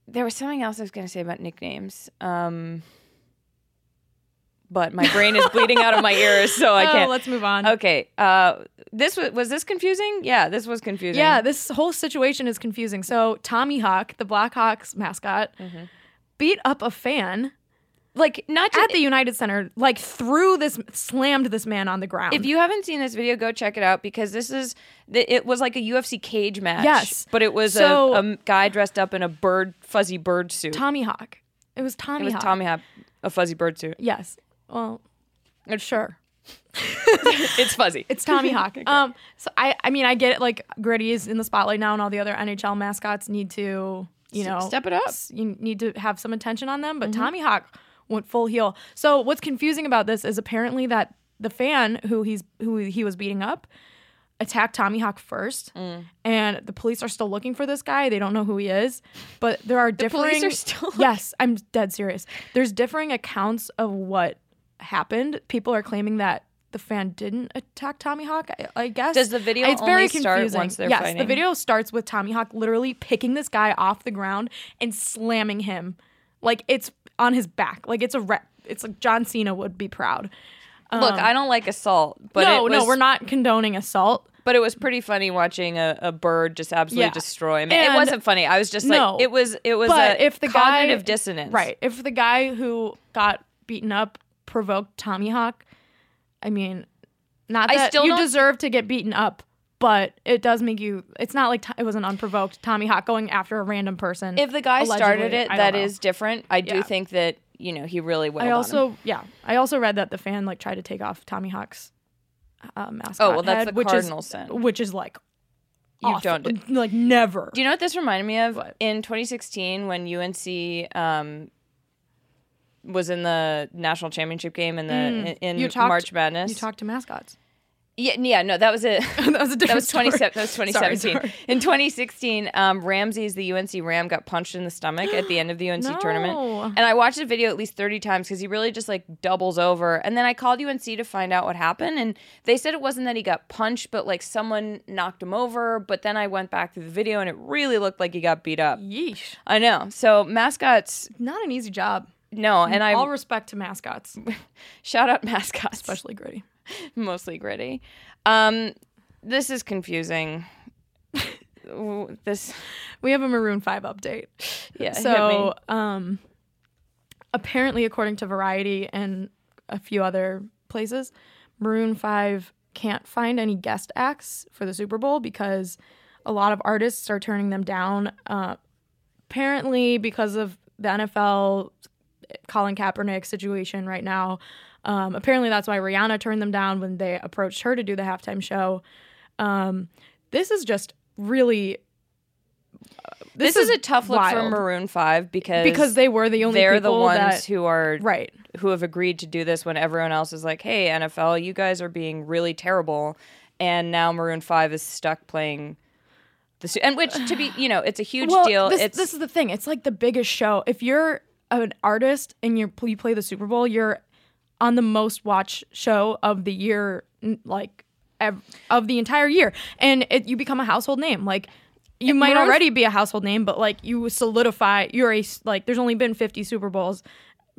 there was something else I was going to say about nicknames, um, but my brain is bleeding out of my ears, so I
Oh,
can't.
let's move on.
okay, uh, this was was this confusing? Yeah, this was confusing.
Yeah, this whole situation is confusing. So Tommy Hawk, the Blackhawks mascot, beat up a fan
like Mm-hmm. not just
at the United Center, like threw this, slammed this man on the ground.
If you haven't seen this video, go check it out because this is the, it was like a UFC cage match.
Yes.
but it was
So-
a, a guy dressed up in a bird fuzzy bird suit.
Tommy Hawk, it was Tommy.
it was
Hawk.
Tommy Hop, a fuzzy bird suit.
Yes. Well, sure.
It's fuzzy.
It's Tommy Hawk. Um. So I. I mean, I get it. Like Gritty is in the spotlight now, and all the other NHL mascots need to, you know,
step it up. Mm-hmm.
s- You need to have some attention on them. But Tommy Hawk went full heel. So what's confusing about this is apparently that the fan who he's who he was beating up attacked Tommy Hawk first,
Mm.
and the police are still looking for this guy. They don't know who he is, but there are differing.
police are still
yes, I'm dead serious. There's differing accounts of what happened. People are claiming that the fan didn't attack Tommy Hawk. I, I guess
Does the video
it's very
only start
confusing.
once they're
yes, the
fighting?
video starts with Tommy Hawk literally picking this guy off the ground and slamming him, like it's on his back. Like it's a rep. It's like John Cena would be proud.
Look, I don't like assault, but
Um, no,
it
no,
was-
we're not condoning assault.
But it was pretty funny watching a, a bird just absolutely
Yeah.
destroy him.
And-
it wasn't funny. I was just
No.
like, it was it was
but
a
if the
cognitive
guy,
dissonance,
right? If the guy who got beaten up provoked Tommy Hawk, I mean, not
I
that
still
you
don't-
deserve to get beaten up, but it does make you. It's not like t- it was an unprovoked Tommy Hawk going after a random person.
If the guy
Allegedly,
started it,
I don't
that
know.
is different. I do
Yeah.
think that you know he really will.
I also yeah, I also read that the fan like tried to take off Tommy Hawk's uh, mascot.
Oh, well, that's
head,
the
which
cardinal
is,
sin.
which is like
You
awful.
don't
like never.
Do you know what this reminded me of? In 2016, when UNC um, was in the national championship game in the in,
Mm. You
in
talked-
March Madness.
You talk to mascots.
yeah, yeah, no, that was it.
that was a different.
That was, 20,
story.
that was
Sorry,
2017.
sorry.
In 2016, um, Ramses, the UNC Ram, got punched in the stomach at the end of the UNC tournament.
No.
And I watched the video at least 30 times because he really just like doubles over. And then I called UNC to find out what happened. And they said it wasn't that he got punched, but like someone knocked him over. But then I went back through the video and it really looked like he got beat up.
Yeesh.
I know. So mascots,
Not an easy job.
no. And I
all respect to mascots,
shout out mascots,
especially Gritty.
mostly gritty. Um, this is confusing. Ooh, this,
We have a Maroon Five update.
yeah. hit me.
So, um, apparently, according to Variety and a few other places, Maroon Five can't find any guest acts for the Super Bowl because a lot of artists are turning them down. Uh, apparently, because of the NFL Colin Kaepernick situation right now. Um, apparently, that's why Rihanna turned them down when they approached her to do the halftime show. Um, this is just really.
this, is, a tough look for
wild.
Maroon Five because
because they were the only
they're the
people
ones
that
who are
right.
who have agreed to do this when everyone else is like, "Hey, NFL, you guys are being really terrible," and now Maroon Five is stuck playing the su- and which to be you know it's a huge deal.
This,
it's
this is the thing. It's like the biggest show. If you're an artist and you you play the Super Bowl, you're on the most watched show of the year, n- like ev- of the entire year, and it, you become a household name. Like you might
Maroon-
already be a household name, but like you solidify. You're a s- like. There's only been 50 Super Bowls.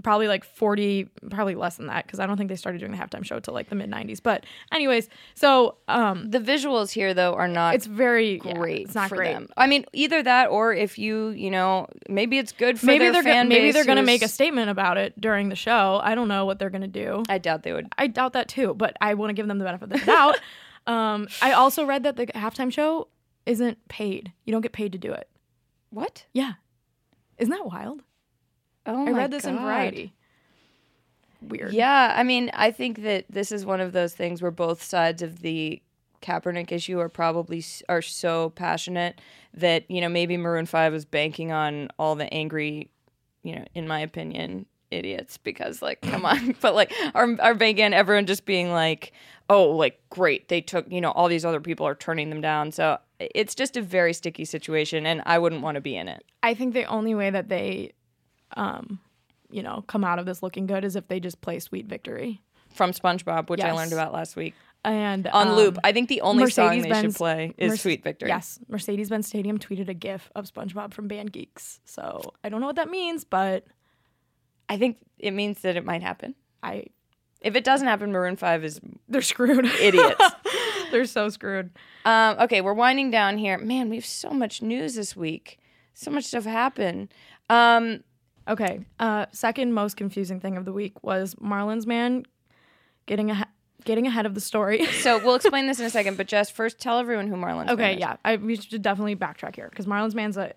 Probably like 40, probably less than that, because I don't think they started doing the halftime show till like the mid 90s. But, anyways, so um,
the visuals here though are not.
it's very yeah,
great.
it's not
for
great.
them. I mean, either that or if you you know maybe it's good for
maybe
their
they're gonna,
fan
maybe
base
they're going to
who's-
make a statement about it during the show. I don't know what they're going to do.
I doubt they would.
I doubt that too, but I want to give them the benefit of the doubt. um, I also read that the halftime show isn't paid. You don't get paid to do it.
What?
Yeah, isn't that wild?
Oh,
I
my
read this in
God.
Variety. Weird.
Yeah, I mean, I think that this is one of those things where both sides of the Kaepernick issue are probably s- are so passionate that you know maybe Maroon Five is banking on all the angry, you know, in my opinion, idiots because like come on, but like our our bank and everyone just being like, oh, like great, they took you know all these other people are turning them down, so it's just a very sticky situation, and I wouldn't want to be in it.
I think the only way that they, um, you know, come out of this looking good is if they just play "Sweet Victory"
From SpongeBob, which I learned
Yes.
about last week
and
on
um,
loop. I think the only song they should
Mercedes-Benz-
play is
Merce-
"Sweet Victory."
Yes, Mercedes-Benz Stadium tweeted a GIF of SpongeBob from Band Geeks. So I don't know what that means, but
I think it means that it might happen.
I
If it doesn't happen, Maroon Five is
they're screwed.
idiots.
they're so screwed.
um, okay, we're winding down here. Man, we have so much news this week. So much stuff happened. Um,
Okay. Uh, second most confusing thing of the week was Marlins man getting a getting ahead of the story.
so we'll explain this in a second, but Jess, first tell everyone who Marlon.
okay, yeah, I, we should definitely backtrack here because Marlins man's a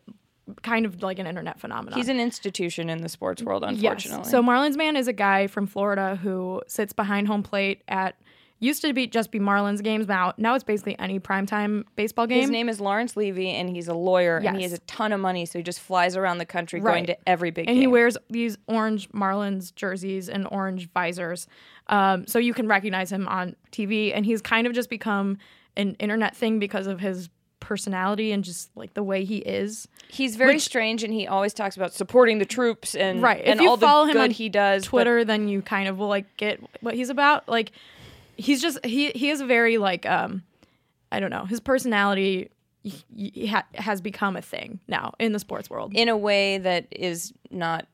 kind of like an internet phenomenon.
he's an institution in the sports world, unfortunately.
Yes. So Marlins man is a guy from Florida who sits behind home plate at used to be just be Marlins games now now it's basically any primetime baseball game.
his name is Lawrence Levy, and he's a lawyer, and he
Yes.
has a ton of money, so he just flies around the country going
Right.
to every big
and
game.
he wears these orange Marlins jerseys and orange visors, um, so you can recognize him on TV. And he's kind of just become an internet thing because of his personality and just like the way he is.
he's very strange, and he always talks about supporting the troops and
Right.
and
if you
all
follow
the
him
good
on
he does. but-
Twitter, then you kind of will like get what he's about. Like he's just he he is very like um I don't know his personality y- y- ha- has become a thing now in the sports world.
in a way that is not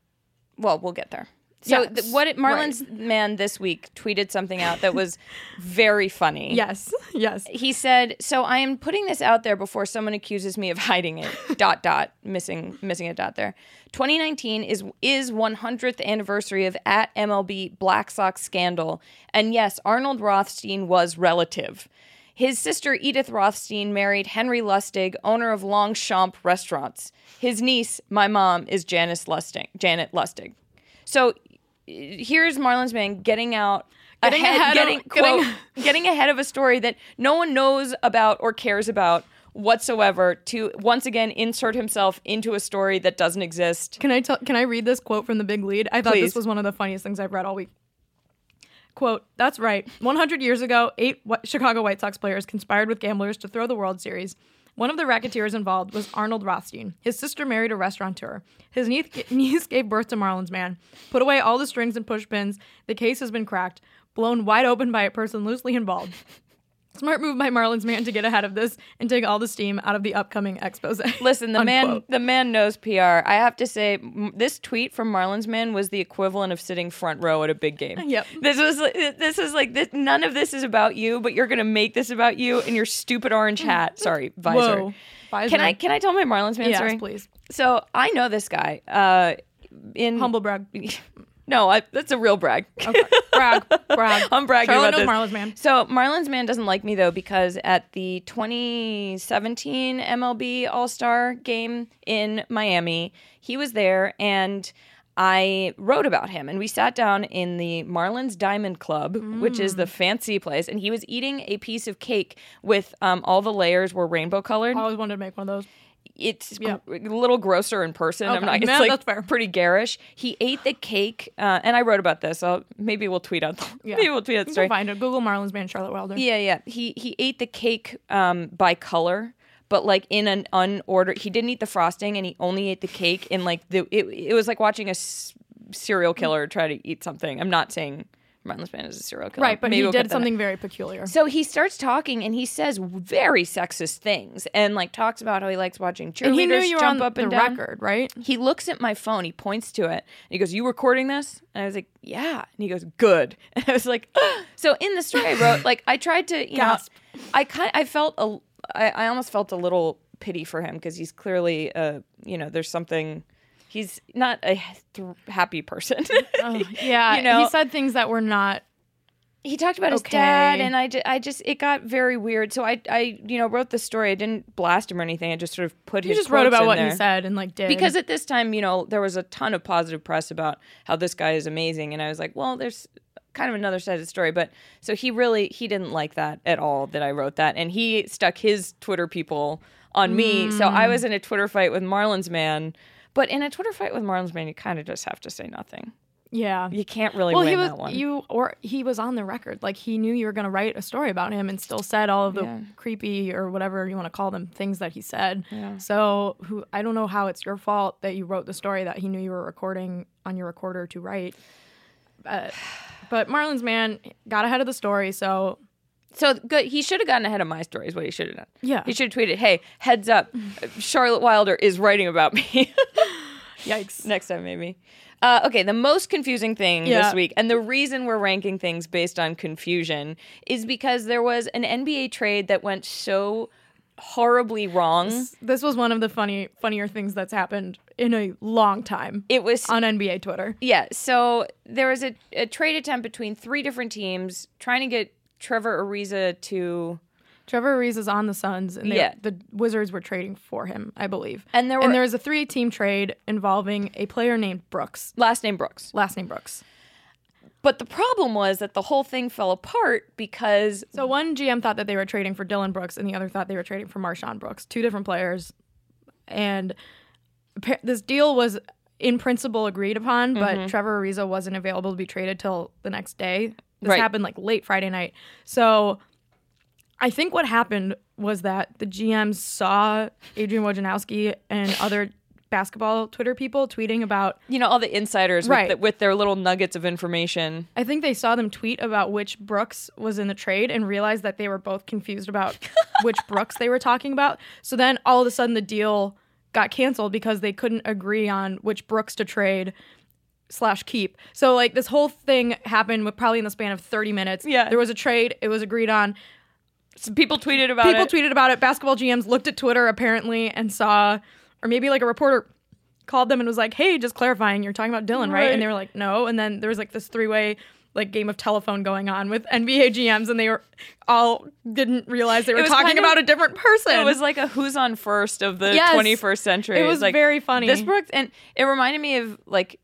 well we'll get there so
Yes,
th- what it, marlins man this week tweeted something out that was very funny
yes, yes.
he said so i am putting this out there before someone accuses me of hiding it dot dot missing missing a dot there 2019 is is 100th anniversary of at mlb black sox scandal and yes arnold rothstein was relative his sister Edith Rothstein married Henry Lustig, owner of Longchamp Restaurants. His niece, my mom, is Janice Lustig. Janet Lustig. So eh, here's Marlins man getting out
Getting
ahead,
ahead of-
getting,
getting-
quote, getting ahead of a story that no one knows about or cares about whatsoever to once again insert himself into a story that doesn't exist.
Can I tell? Can I read this quote from the big lead? I thought
Please.
this was one of the funniest things I've read all week. Quote: That's right. 100 years ago, eight Wh- Chicago White Sox players conspired with gamblers to throw the World Series. One of the racketeers involved was Arnold Rothstein. His sister married a restaurateur. His niece, niece gave birth to Marlins man. Put away all the strings and push pins. The case has been cracked, blown wide open by a person loosely involved. Smart move by Marlins man to get ahead of this and take all the steam out of the upcoming expose.
Listen, the man
Unquote.
the man knows PR. I have to say m- this tweet from Marlins man was the equivalent of sitting front row at a big game.
Yep.
This was li- this is like this, none of this is about you, but you're going to make this about you in your stupid orange hat. Sorry, visor.
Whoa. Visor.
Can I can I tell my Marlins man
Yes,
story?
please.
So, I know this guy. Uh in
Humble brag.
No, I, that's a real brag.
brag, brag.
I'm bragging
Charlotte
about
knows
this.
Marlins man.
So Marlins man doesn't like me though because at the 2017 MLB All Star game in Miami, he was there and I wrote about him and we sat down in the Marlins Diamond Club, which is
Mm.
the fancy place, and he was eating a piece of cake with um, all the layers were rainbow colored
I always wanted to make one of those.
it's
Oh, Yeah.
gr- a little grosser in person. I'm
Okay.
not. It's
Yeah,
like
that's fair.
pretty garish. He ate the cake, uh, and I wrote about this. So maybe we'll tweet out. The,
Yeah.
Maybe we'll tweet out the
You
story.
can find it. Google Marlins man Charlotte Wilder.
Yeah, yeah. He he ate the cake um, by color, but like in an unordered. He didn't eat the frosting, and he only ate the cake in like the. It, it was like watching a s- serial killer try to eat something. I'm not saying Martin Man is a serial killer,
Right, but
Maybe
he
we'll cut
did
that out.
something very peculiar.
So he starts talking and he says very sexist things and like talks about how he likes watching cheerleaders
And he knew you were
jump
on
up
the
and down.
record, right?
He looks at my phone. He points to it and he goes, "You recording this?" And I was like, "Yeah." And he goes, "Good." And I was like, "So in the story I wrote, like I tried to, you
Gasp.
know, I kind, I felt a, I, I almost felt a little pity for him because he's clearly, uh, you know, there's something." He's not a th- happy person.
yeah,
You know-
he said things that were not.
he talked about his
Okay.
dad and I, ju- I just it got very weird so I, I you know wrote the story i didn't blast him or anything i just sort of put
He
his
just wrote
quotes
about
in
what
there.
he said and like did
because at this time you know there was a ton of positive press about how this guy is amazing and i was like well there's kind of another side of the story but so he really he didn't like that at all that i wrote that and he stuck his twitter people on me so
Mm.
i was in a twitter fight with marlins man but in a twitter fight with marlins man you kind of just have to say nothing
yeah.
you can't really
Well,
win
he was
that one
you or he was on the record. Like he knew you were going to write a story about him and still said all of the
Yeah.
creepy or whatever you want to call them things that he said.
Yeah.
So who I don't know how it's your fault that you wrote the story that he knew you were recording on your recorder to write. But, but Marlon's man got ahead of the story, so
So good. He should have gotten ahead of my story. Is what he should have done.
Yeah.
He should have tweeted, "Hey, heads up, Charlotte Wilder is writing about me."
yikes.
Next time, maybe. Uh, okay, the most confusing thing
Yeah.
this week, and the reason we're ranking things based on confusion, is because there was an NBA trade that went so horribly wrong.
This was one of the funny funnier things that's happened in a long time
It was
on NBA Twitter.
Yeah, so there was a, a trade attempt between three different teams trying to get Trevor Ariza to
Trevor Reese is on the Suns, and they,
Yeah.
the Wizards were trading for him, I believe.
And there were-
and there was a three-team trade involving a player named Brooks,
last name Brooks.
last name Brooks.
But the problem was that the whole thing fell apart because
So one GM thought that they were trading for Dylan Brooks, and the other thought they were trading for Marshawn Brooks, two different players. And appa- this deal was in principle agreed upon, but Trevor Ariza wasn't available to be traded till the next day. This
Right.
happened like late Friday night. So I think what happened was that the GM saw Adrian Wojnarowski and other basketball Twitter people tweeting about.
You know, all the insiders
Right.
with, the, with their little nuggets of information.
I think they saw them tweet about which Brooks was in the trade and realized that they were both confused about which Brooks they were talking about. So then all of a sudden the deal got canceled because they couldn't agree on which Brooks to trade slash keep. So like this whole thing happened with probably in the span of 30 minutes.
Yeah.
There was a trade, it was agreed on.
Some people tweeted about
people
it.
tweeted about it. Basketball GMs looked at Twitter apparently and saw, or maybe like a reporter called them and was like, "Hey, just clarifying, you're talking about Dylan, right?"
Right.
And they were like, "No." And then there was like this three way like game of telephone going on with NBA GMs, and they were all didn't realize they were
was
talking
kind of-
about a different person.
It was like a who's on first of the
Yes.
21st century.
It was
like,
very funny.
This Brooks, and it reminded me of like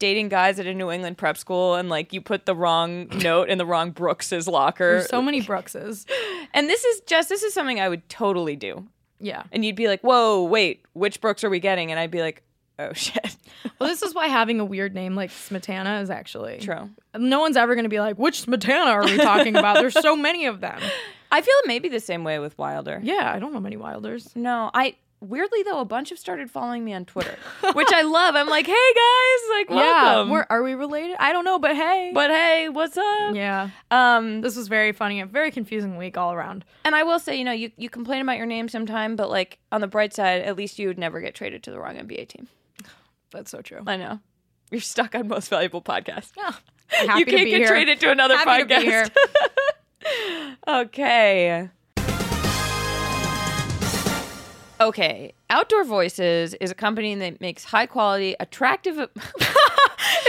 dating guys at a New England prep school, and like you put the wrong note in the wrong Brooks's locker.
There's so many Brookses.
and this is just this is something I would totally do.
Yeah.
And you'd be like, "Whoa, wait, which Brooks are we getting?" And I'd be like, "Oh shit,
Well, this is why having a weird name like Smetana is actually
true."
No one's ever going to be like, which Smetana are we talking about? There's so many of them.
I feel it may be the same way with Wilder.
Yeah, I don't know many Wilders.
No, I weirdly though a bunch have started following me on Twitter, which I love. I'm like, "Hey guys, like welcome."
Yeah, we're, are we related? I don't know, but hey.
but hey, what's up?
yeah,
Um,
this was very funny. A very confusing week all around.
And I will say, you know, you, you complain about your name sometime, but like on the bright side, at least you would never get traded to the wrong NBA team.
That's so true.
I know. You're stuck on most valuable podcast.
Happy
you
to
can't
be
get
here.
traded to another
Happy
podcast.
to be here.
okay. Okay. Outdoor Voices is a company that makes high quality, attractive
it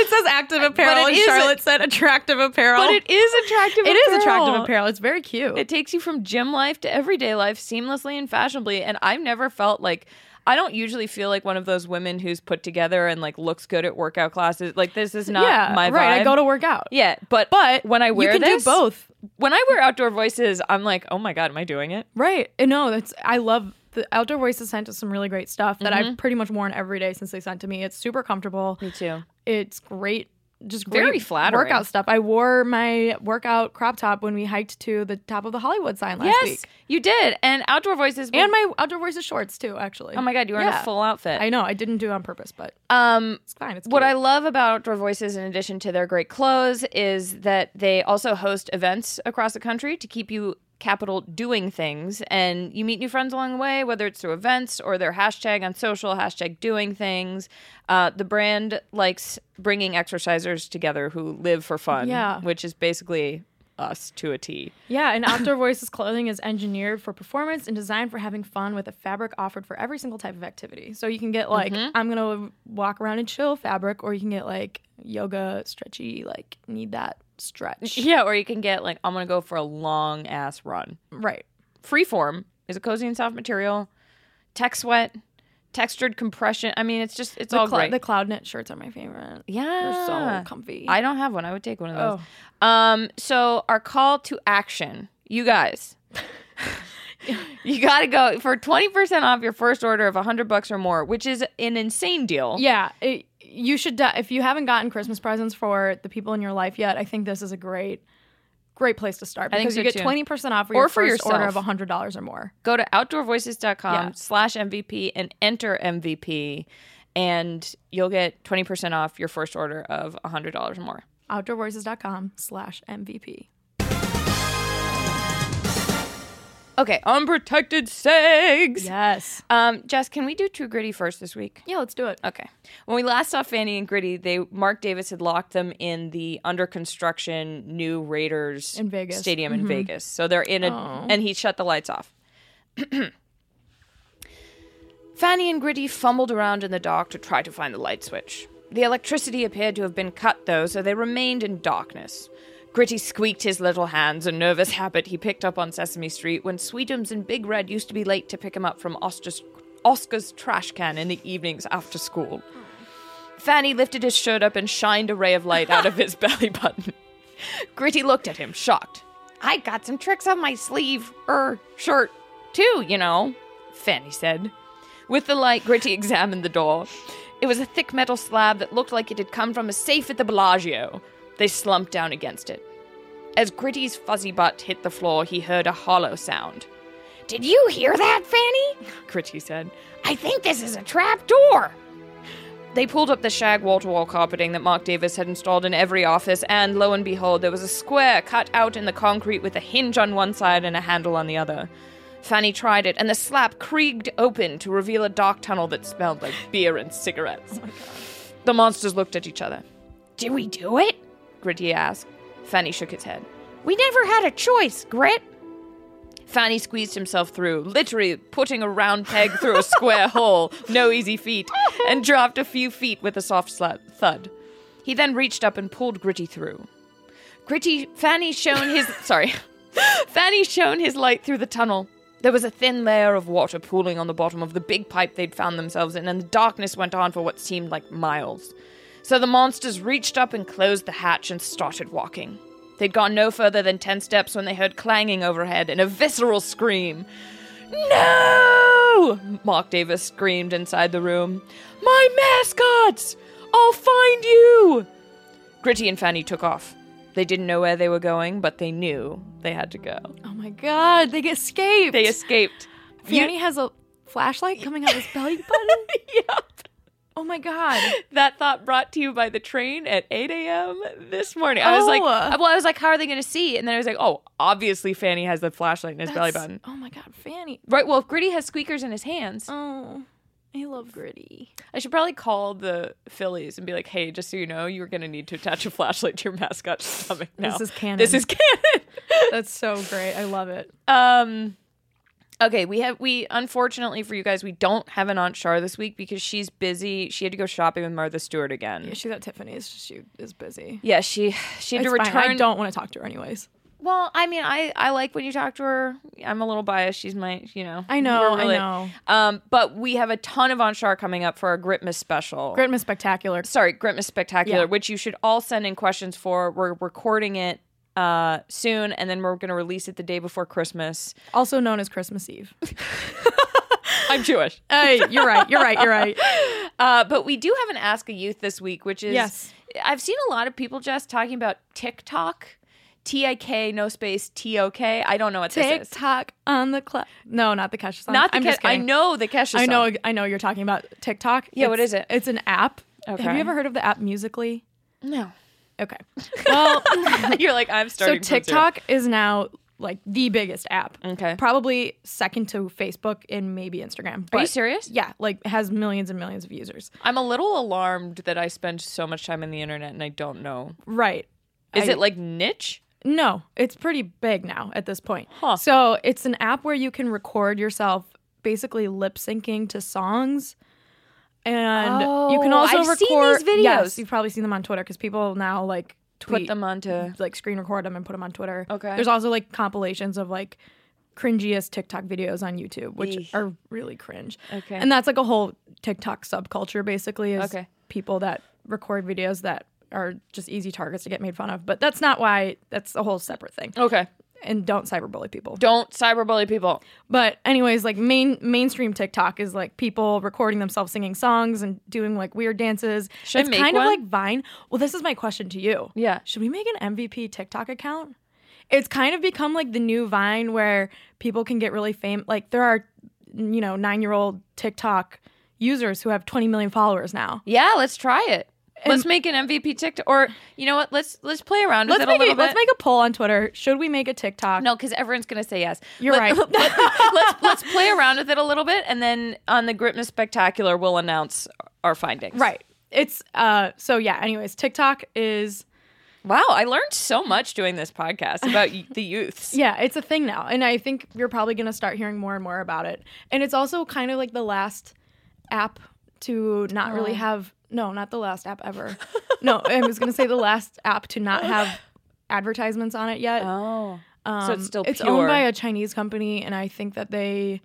says active apparel,
it
and
is-
Charlotte said attractive apparel.
But it is attractive
it
apparel.
is attractive apparel. It's very cute.
It takes you from gym life to everyday life seamlessly and fashionably. And I've never felt like I don't usually feel like one of those women who's put together and like looks good at workout classes. Like this is not
yeah,
my vibe.
right. I go to work out.
yeah, but
But
when I wear
you can
this,
do both.
When I wear outdoor voices, I'm like, oh my god, am I doing it?
Right. And No, that's I love the outdoor voices sent us some really great stuff that
Mm-hmm.
I've pretty much worn every day since they sent to me. It's super comfortable.
Me too.
It's great. Just great
Mm. Very flattering.
workout stuff. I wore my workout crop top when we hiked to the top of the Hollywood sign last
yes,
week.
you did. And outdoor voices
And my outdoor voices shorts too, actually.
Oh my god, you were in
Yeah.
a full outfit.
I know I didn't do it on purpose, but
um
it's fine. It's
What I
cute.
love about Outdoor Voices, in addition to their great clothes, is that they also host events across the country to keep you capital doing things and you meet new friends along the way whether it's through events or their hashtag on social hashtag doing things uh, the brand likes bringing exercisers together who live for fun
Yeah.
which is basically us to a t
yeah, and Outdoor Voices clothing is engineered for performance and designed for having fun with a fabric offered for every single type of activity. So you can get like
Mm-hmm.
I'm gonna walk around and chill fabric, or you can get like yoga stretchy, like need that stretch.
yeah or you can get like i'm gonna go for a long ass run
right.
freeform is a cozy and soft material tech sweat textured compression i mean it's just it's
The,
all
cl-
Oh, great
the cloud knit shirts are my favorite.
Yeah.
They're so comfy.
I don't have one. I would take one of those.
Oh.
Um, so our call to action, you guys. you got to go for 20% off your first order of 100 bucks or more, which is an insane deal.
yeah, it, you should. De- if you haven't gotten Christmas presents for the people in your life yet, I think this is a great, great place to start
I think
because
so,
you get
too.
twenty percent off for
Or
your
for
first order
yourself.
of hundred dollars or more.
Go to outdoorvoices.com
Yeah.
slash MVP and enter MVP, and you'll get 20% off your first order of $100 or more.
Outdoorvoices.com slash MVP.
Okay, unprotected segs.
Yes.
Um, Jess, can we do True Gritty first this week?
Yeah, let's do it.
Okay. When we last saw Fanny and Gritty, they Mark Davis had locked them in the under construction new Raiders
In Vegas. Mm-hmm.
stadium in Vegas. So they're in a
Oh.
and he shut the lights off. Fanny and Gritty fumbled around in the dark to try to find the light switch. The electricity appeared to have been cut though, so they remained in darkness. Gritty squeaked his little hands, a nervous habit he picked up on Sesame Street when Sweetums and Big Red used to be late to pick him up from Oscar's, Oscar's trash can in the evenings after school. Fanny lifted his shirt up and shined a ray of light out of his belly button. Gritty looked at him, shocked. I got some tricks on my sleeve, er, shirt, too, you know, Fanny said. With the light, Gritty examined the door. It was a thick metal slab that looked like it had come from a safe at the Bellagio. They slumped down against it. As Gritty's fuzzy butt hit the floor, he heard a hollow sound.
Did you hear that, Fanny?
Critchy said.
I think this is a trap door.
They pulled up the shag wall to wall carpeting that Mark Davis had installed in every office, and lo and behold, there was a square cut out in the concrete with a hinge on one side and a handle on the other. Fanny tried it, and the slab creaked open to reveal a dark tunnel that smelled like beer and cigarettes. The monsters looked at each other.
Did we do it?
Gritty asked. Fanny shook his head.
We never had a choice, Grit.
Fanny squeezed himself through, literally putting a round peg through a square hole, no easy feat, and dropped a few feet with a soft slut thud. He then reached up and pulled Gritty through. Gritty, Fanny shone his, sorry, Fanny shone his light through the tunnel. There was a thin layer of water pooling on the bottom of the big pipe they'd found themselves in, and the darkness went on for what seemed like miles. So the monsters reached up and closed the hatch and started walking. They'd gone no further than ten steps when they heard clanging overhead and a visceral scream. No! Mark Davis screamed inside the room. My mascots! I'll find you! Gritty and Fanny took off. They didn't know where they were going, but they knew they had to go.
Oh my god, they escaped.
They escaped.
Fanny has a flashlight coming out of his belly button.
yep.
Oh my god.
That thought brought to you by the train at 8 a.m. this morning. I was like,
Oh.
well, I was like, how are they going to see? And then I was like, oh, obviously Fanny has the flashlight in his belly
That's-
button.
Oh my god, Fanny.
Right. Well, if Gritty has squeakers in his hands,
Oh, I love gritty.
I should probably call the Phillies and be like, "Hey, just so you know, you're gonna need to attach a flashlight to your mascot's stomach now.
is canon.
This is canon."
That's so great. I love it.
um, okay, we have we unfortunately for you guys, we don't have an Aunt Char this week because she's busy. She had to go shopping with Martha Stewart again. Yeah,
Yeah, she's at Tiffany's. She is busy.
she she had
It's
to
fine.
return.
I don't want to talk to her anyways.
Well, I mean, I I like when you talk to her. I'm a little biased. She's my, you know.
I know,
we're
I know.
Um, but we have a ton of Aunt Char coming up for our Gritmas special.
Grit Miss Spectacular.
sorry, Gritmas Spectacular,
Yeah.
which you should all send in questions for. We're recording it uh, soon, and then we're going to release it the day before Christmas.
also known as Christmas Eve.
I'm Jewish.
hey, you're right. You're right. You're right.
Uh, but we do have an Ask a Youth this week, which is
Yes.
I've seen a lot of people just talking about TikTok. T I K, no space, T O K. I don't know what this is.
TikTok on the clock. No, not the cash song.
Not the
I'm
Ke-
just
I
kidding.
know the Kesha
I know.
song.
I know. You're talking about TikTok.
Yeah,
It's-
what is it?
It's an app. Have
Okay.
you ever heard of the app Musically?
No.
Okay. Well,
You're like, I'm
so
starting from zero.
TikTok is now like the biggest app.
Okay.
Probably second to Facebook and maybe Instagram.
Are you
but-
serious?
Yeah, like has millions and millions of users.
I'm a little alarmed that I spend so much time on the internet and I don't know.
Right.
Is
I-
it like niche?
No, it's pretty big now at this point.
Huh.
So it's an app where you can record yourself basically lip syncing to songs. And you can
Oh,
also
I've
record
seen these videos.
Yes, you've probably seen them on Twitter because people now like
Put
tweet
them onto
like screen record them and put them on Twitter.
Okay.
There's also like compilations of like cringiest TikTok videos on YouTube, which
Eesh.
are really cringe.
Okay.
And that's like a whole TikTok subculture basically is
Okay.
people that record videos that are just easy targets to get made fun of. But that's not why that's a whole separate thing.
Okay.
And don't cyberbully people.
Don't cyberbully people.
But anyways, like main mainstream TikTok is like people recording themselves singing songs and doing like weird dances.
Should I
it's
make
kind
one?
of like Vine. Well, this is my question to you.
Yeah.
Should we make an MVP TikTok account? It's kind of become like the new Vine where people can get really famous. Like there are, you know, nine year old TikTok users who have 20 million followers now.
Yeah, let's try it. Let's make an MVP TikTok, or you know what? Let's let's play around with
Let's
it
make,
a little
a,
bit.
let's make a poll on Twitter. Should we make a TikTok?
no, because everyone's gonna say yes.
You're
Let-
right.
let's let's play around with it a little bit, and then on the Gritmas Spectacular, we'll announce our findings.
Right. It's uh so yeah, anyways, TikTok is
Wow, I learned so much doing this podcast about y- the youths.
Yeah, it's a thing now. And I think you're probably going to start hearing more and more about it. And it's also kind of like the last app to not
Oh.
really have, no, not the last app ever. no, I was going to say the last app to not have advertisements on it yet.
Oh,
Um,
so it's still
It's
pure.
owned by a Chinese company. And I think that they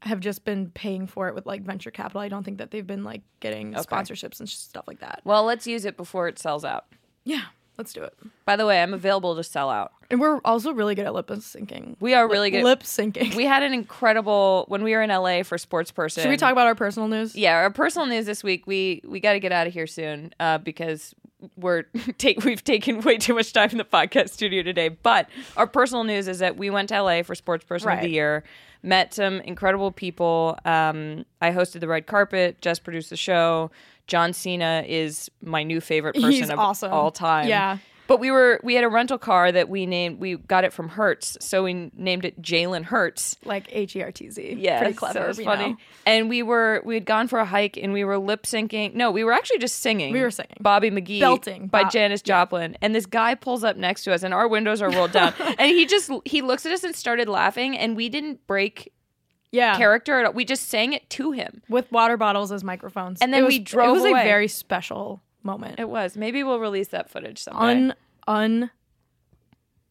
have just been paying for it with like venture capital. I don't think that they've been like getting sponsorships and stuff like that.
well, let's use it before it sells out.
Yeah, let's do it.
By the way, I'm available to sell out.
And we're also really good at lip syncing.
We are really good.
Lip syncing.
we had an incredible when we were in LA for Sports Person.
Should we talk about our personal news?
yeah, our personal news this week. We we got to get out of here soon uh, because we're take we've taken way too much time in the podcast studio today. But our personal news is that we went to LA for Sports Person of the
Right.
Year, met some incredible people. Um, I hosted the red carpet. Jess produced the show. John Cena is my new favorite person
He's
of
awesome.
all time.
Yeah.
But we were we had a rental car that we named we got it from Hertz, so we named it Jalen Hertz.
like H E R T Z.
Yeah,
pretty clever.
So it was
we
funny.
know.
And we were we had gone for a hike and we were lip syncing. No, we were actually just singing.
We were singing.
Bobby McGee
Belting
by
Bob-
Janis Joplin. And this guy pulls up next to us and our windows are rolled down. and he just he looks at us and started laughing and we didn't break
Yeah,
character at all. We just sang it to him.
with water bottles as microphones.
And then
It was-
we drove
It was
away.
a very special moment.
It was. Maybe we'll release that footage someday.
Un un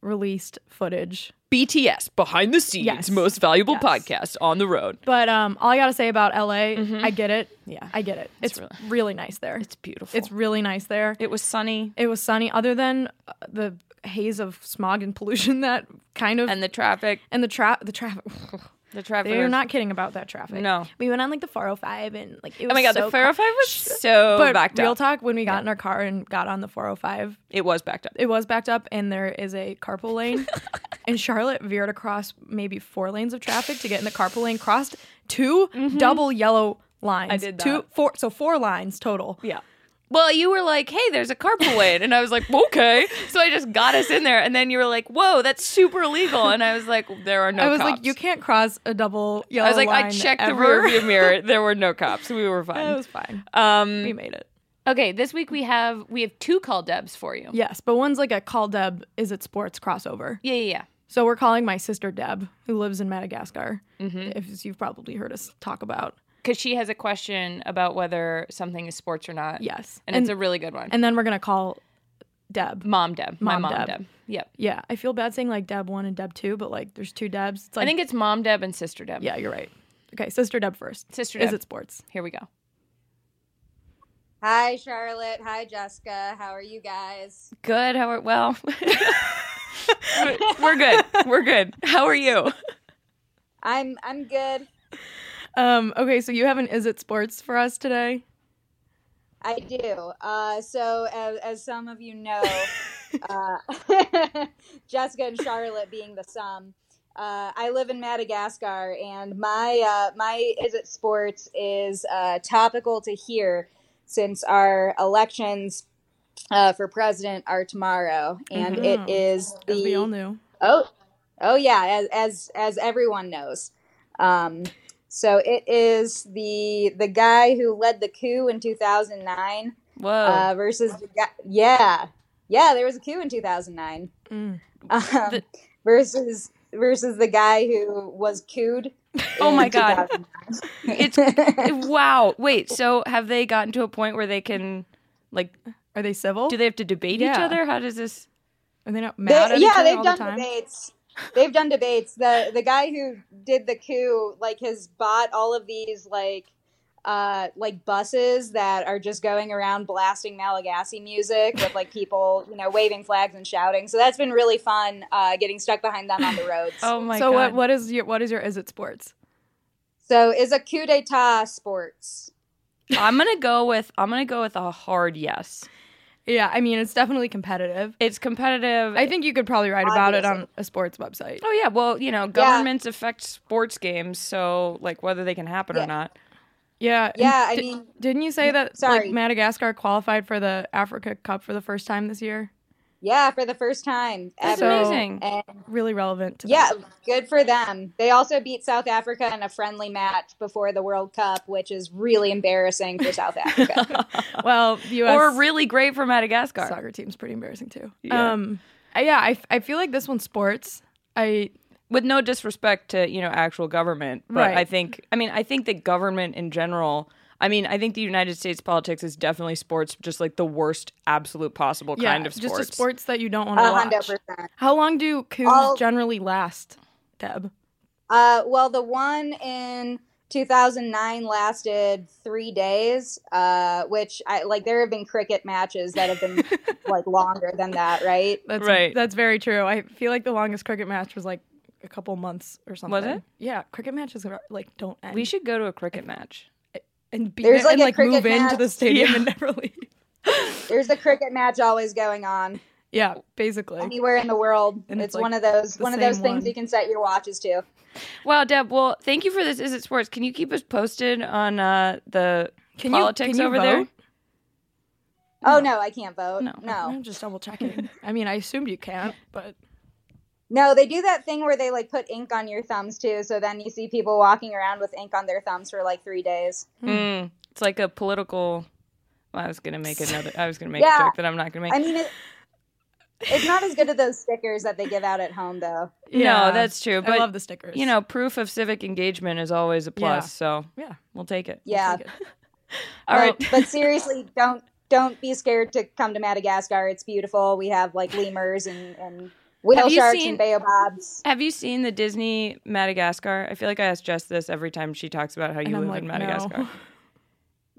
released footage.
BTS behind the scenes
Yes.
most valuable
Yes.
podcast on the road.
But um, all I gotta say about LA, I get it.
Mm-hmm. Yeah.
I get it. It's,
It's
really, nice there.
It's beautiful.
It's really nice there. It,
it was sunny
was sunny, other than uh, the haze of smog and pollution that kind of
and the traffic
and the traffic. The traffic.
the traffic
They're
was-
not kidding about that traffic.
No.
we went on like the 405 and like it was
Oh my god,
so
the 405 was so
but
backed
real
up.
talk, when we got in our car and got on the 405,
it was backed up.
it was backed up, and there is a carpool lane. and Charlotte veered across maybe four lanes of traffic to get in the carpool lane, crossed 2 double yellow lines. I
Mm-hmm. did
Two,
that.
four, so four lines total.
Yeah. Well, you were like, "Hey, there's a carpool lane," and I was like, "Okay." So I just got us in there, and then you were like, "Whoa, that's super illegal," and I was like, "There are no."
I was
cops.
like, you can't cross a double yellow.
I was like, I
line
checked the
ever."
rearview mirror. There were no cops. We were
it
fine.
was fine.
Um,
we made it.
okay, this week we have we have two call debs for you.
Yes, but one's like a call Deb is it sports crossover.
Yeah, yeah, yeah.
So we're calling my sister Deb, who lives in Madagascar, as you've probably heard us talk about.
Because she has a question about whether something is sports or not.
Yes,
and, it's a really good one.
and then we're gonna call Deb.
mom deb, my
Mom
mom deb.
Deb.
Yep.
Yeah, I feel bad saying like Deb one and Deb two, but like there's two Debs. It's like
I think it's mom deb and sister deb.
yeah, you're right. Okay, sister Deb first.
Sister
Is
Deb.
it sports?
Here we go.
Hi, Charlotte. Hi, Jessica. How are you guys?
Good. How are well? We're good. We're good. How are you?
I'm I'm good.
Um, okay, so you have an is it sports for us today?
I do. Uh, so, as, as some of you know, uh, Jessica and Charlotte being the sum. Uh, I live in Madagascar, and my uh, my is it sports is uh, topical to here since our elections uh, for president are tomorrow, and it
Mhm.
is the
As we all knew.
Oh, oh yeah, as as as everyone knows. Um, so it is the the guy who led the coup in 2009
Whoa.
uh, versus the guy, yeah, yeah, there was a coup in 2009
Mm.
um, versus versus the guy who was cooed.
Oh
in
my God.
2009.
it's wow. Wait. So have they gotten to a point where they can like?
Are they civil?
Do they have to debate each
Yeah.
other? How does this?
Are they not
They-
mad at each
yeah,
other
they've
all
done
the time? Oh
debates. They've done debates. The the guy who did the coup like has bought all of these like uh like buses that are just going around blasting Malagasy music with like people, you know, waving flags and shouting. So that's been really fun uh getting stuck behind them on the roads.
Oh my
so
god.
what what is your what is your is it sports?
So is a coup d'etat sports.
I'm gonna go with I'm gonna go with a hard yes.
Yeah, I mean it's definitely competitive.
It's competitive.
I think you could probably write about it on
Obviously.
a sports website.
Oh yeah. Well, you know, governments affect sports games, so like whether they can happen
Yeah.
or not.
Yeah. and
Yeah, I
di-
mean-
didn't you say that
Sorry.
like Madagascar qualified for the Africa Cup for the first time this year?
Yeah, for the first time
That's
ever.
amazing.
And
Really relevant to
yeah,
them.
good for them. They also beat South Africa in a friendly match before the World Cup, which is really embarrassing for South Africa.
Well, the US
Or really great for Madagascar.
soccer team's pretty embarrassing too.
Yeah.
Um I- yeah, I, f- I feel like this one's sports. I
with no disrespect to you know actual government but
Right.
i think i mean i think that government in general i mean i think the united states politics is definitely sports just like the worst absolute possible
yeah,
kind of sports
just a sports that you don't want
A
to
hundred
watch.
percent.
How long do coups
Uh, All-
generally last, Deb?
Uh, well, the one in 2009 lasted three days, uh, which I like. There have been cricket matches that have been like longer than that, right?
That's
Right.
That's very true. I feel like the longest cricket match was like a couple months or something.
it?
Yeah, cricket matches are, like don't end.
we should go to a cricket match
and be
There's,
there
like,
and
a
like move
cricket
into the
match.
stadium and never leave.
There's a cricket match always going on
Yeah, basically.
anywhere in the world.
And
It's,
it's, like,
one of those
the
one of those
same
things
one.
you can set your watches to.
Wow, Deb. Well, thank you for this. Is it sports? Can you keep us posted on uh, the
Can you-
politics
can you
over there?
vote?
Oh no, I can't vote.
No.
No.
I'm
no.
just double checking. I mean, I assumed you can't, but
they do that thing where they like put ink on your thumbs too, so then you see people walking around with ink on their thumbs for like 3 days.
Mm, it's like a political. Well, I was gonna make another. I was gonna make a
Yeah.
joke that I'm not gonna make.
I mean it, it's not as good as those stickers that they give out at home though.
yeah.
No, that's true. But
I love the stickers.
you know, proof of civic engagement is always a plus. So
Yeah.
we'll take it.
Yeah.
Take it.
All right.
But, but seriously, don't don't be scared to come to Madagascar. It's beautiful. We have like lemurs and, and whale
Have you
sharks
seen-
and baobabs.
Have you seen the Disney Madagascar? I feel like I ask Jess this every time she talks about how you
And I'm
live
like,
in Madagascar.
no.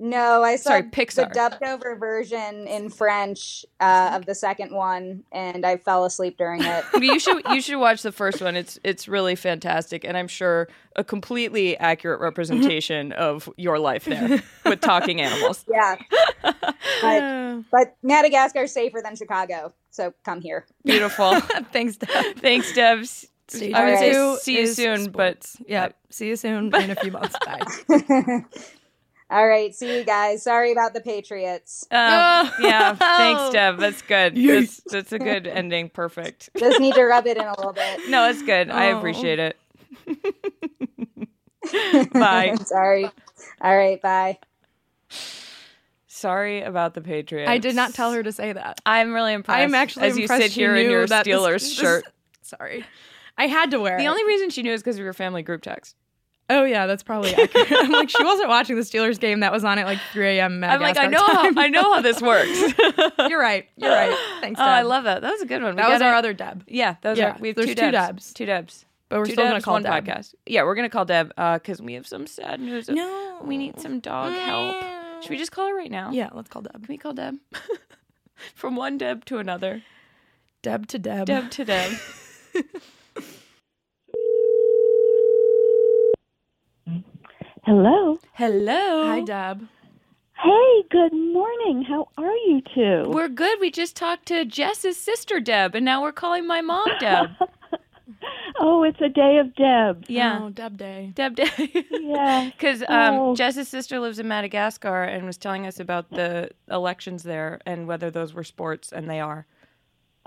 No, I saw
Sorry,
the
Pixar.
dubbed over version in French uh, of the second one, and I fell asleep during it.
you should you should watch the first one. It's it's really fantastic, and I'm sure a completely accurate representation of your life there with talking animals.
yeah, but,
Yeah.
but Madagascar is safer than Chicago, so come here.
Beautiful.
Thanks, Deb.
Thanks, Deb. S-
Stage
I would
right.
say
two
see you
is
soon,
sports. yeah, see you soon in a few months. Bye.
All right, see you guys. Sorry about the Patriots.
but um,
Oh.
yeah. Thanks, Deb. That's good.
Yes.
That's, that's a good ending. Perfect.
Just need to rub it in a little bit.
No, it's good. I
Oh.
appreciate it. Bye.
Sorry. All right, bye.
Sorry about the Patriots.
I did not tell her to say that.
I'm really impressed.
I am actually
as you
impressed
sit
she
here in
knew
your
that this-
Steelers
this-
shirt.
Sorry, I had to wear.
The
it.
only reason she knew is because of your family group text.
Oh yeah, that's probably accurate. I'm like, she wasn't watching the Steelers game that was on at like 3 a.m.
I'm like,
Madagascar
I know, how,
time.
I know how this works. oh,
You're right. You're right. Thanks, Deb.
I love that. That was a good one. We
that was
gotta-
our other Deb,
Yeah, that was
Yeah,
our. We have
there's
two
two
debs.
Debs.
Two debs.
but we're
two
still gonna
debs,
call
one
Deb.
podcast. Yeah, we're gonna call Deb because we have some sad news.
No,
we need some dog help. Should we just call her right now?
Yeah, let's call Deb.
Can we call Deb? From one Deb to another.
Deb to Deb.
Deb to Deb.
Hello.
Hello.
Hi, Deb.
Hey, good morning. How are you two?
We're good. We just talked to Jess's sister Deb, and now we're calling my mom Deb.
oh, it's a day of Deb.
yeah,
Oh, Deb Day.
Deb Deb.
Yes.
Because um,
Oh.
Jess's sister lives in Madagascar and was telling us about the elections there and whether those were sports, and they are.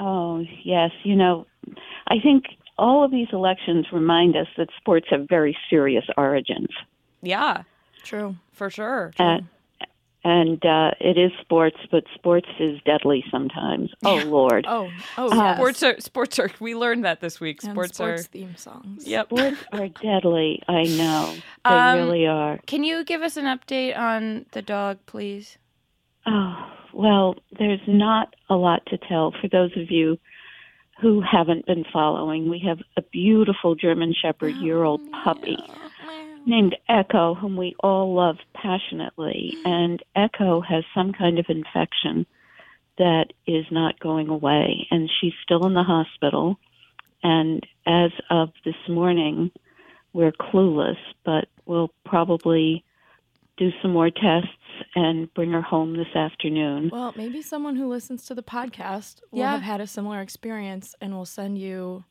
Oh, yes. You know, I think all of these elections remind us that sports have very serious origins.
Yeah,
True.
for sure.
Uh, and uh, it is sports, but sports is deadly sometimes. Oh, Lord.
Oh, oh, yes.
Sports are sports are. We learned that this week.
And
Sports,
sports
are.
theme songs.
Yep.
Sports are deadly. I know. They
Um,
really are.
Can you give us an update on the dog, please?
Oh, well, there's not a lot to tell for those of you who haven't been following. We have a beautiful German Shepherd year old puppy named Echo, whom we all love passionately. And Echo has some kind of infection that is not going away, and she's still in the hospital. And as of this morning, we're clueless, but we'll probably do some more tests and bring her home this afternoon.
Well, maybe someone who listens to the podcast will
Yeah.
have had a similar experience and will send you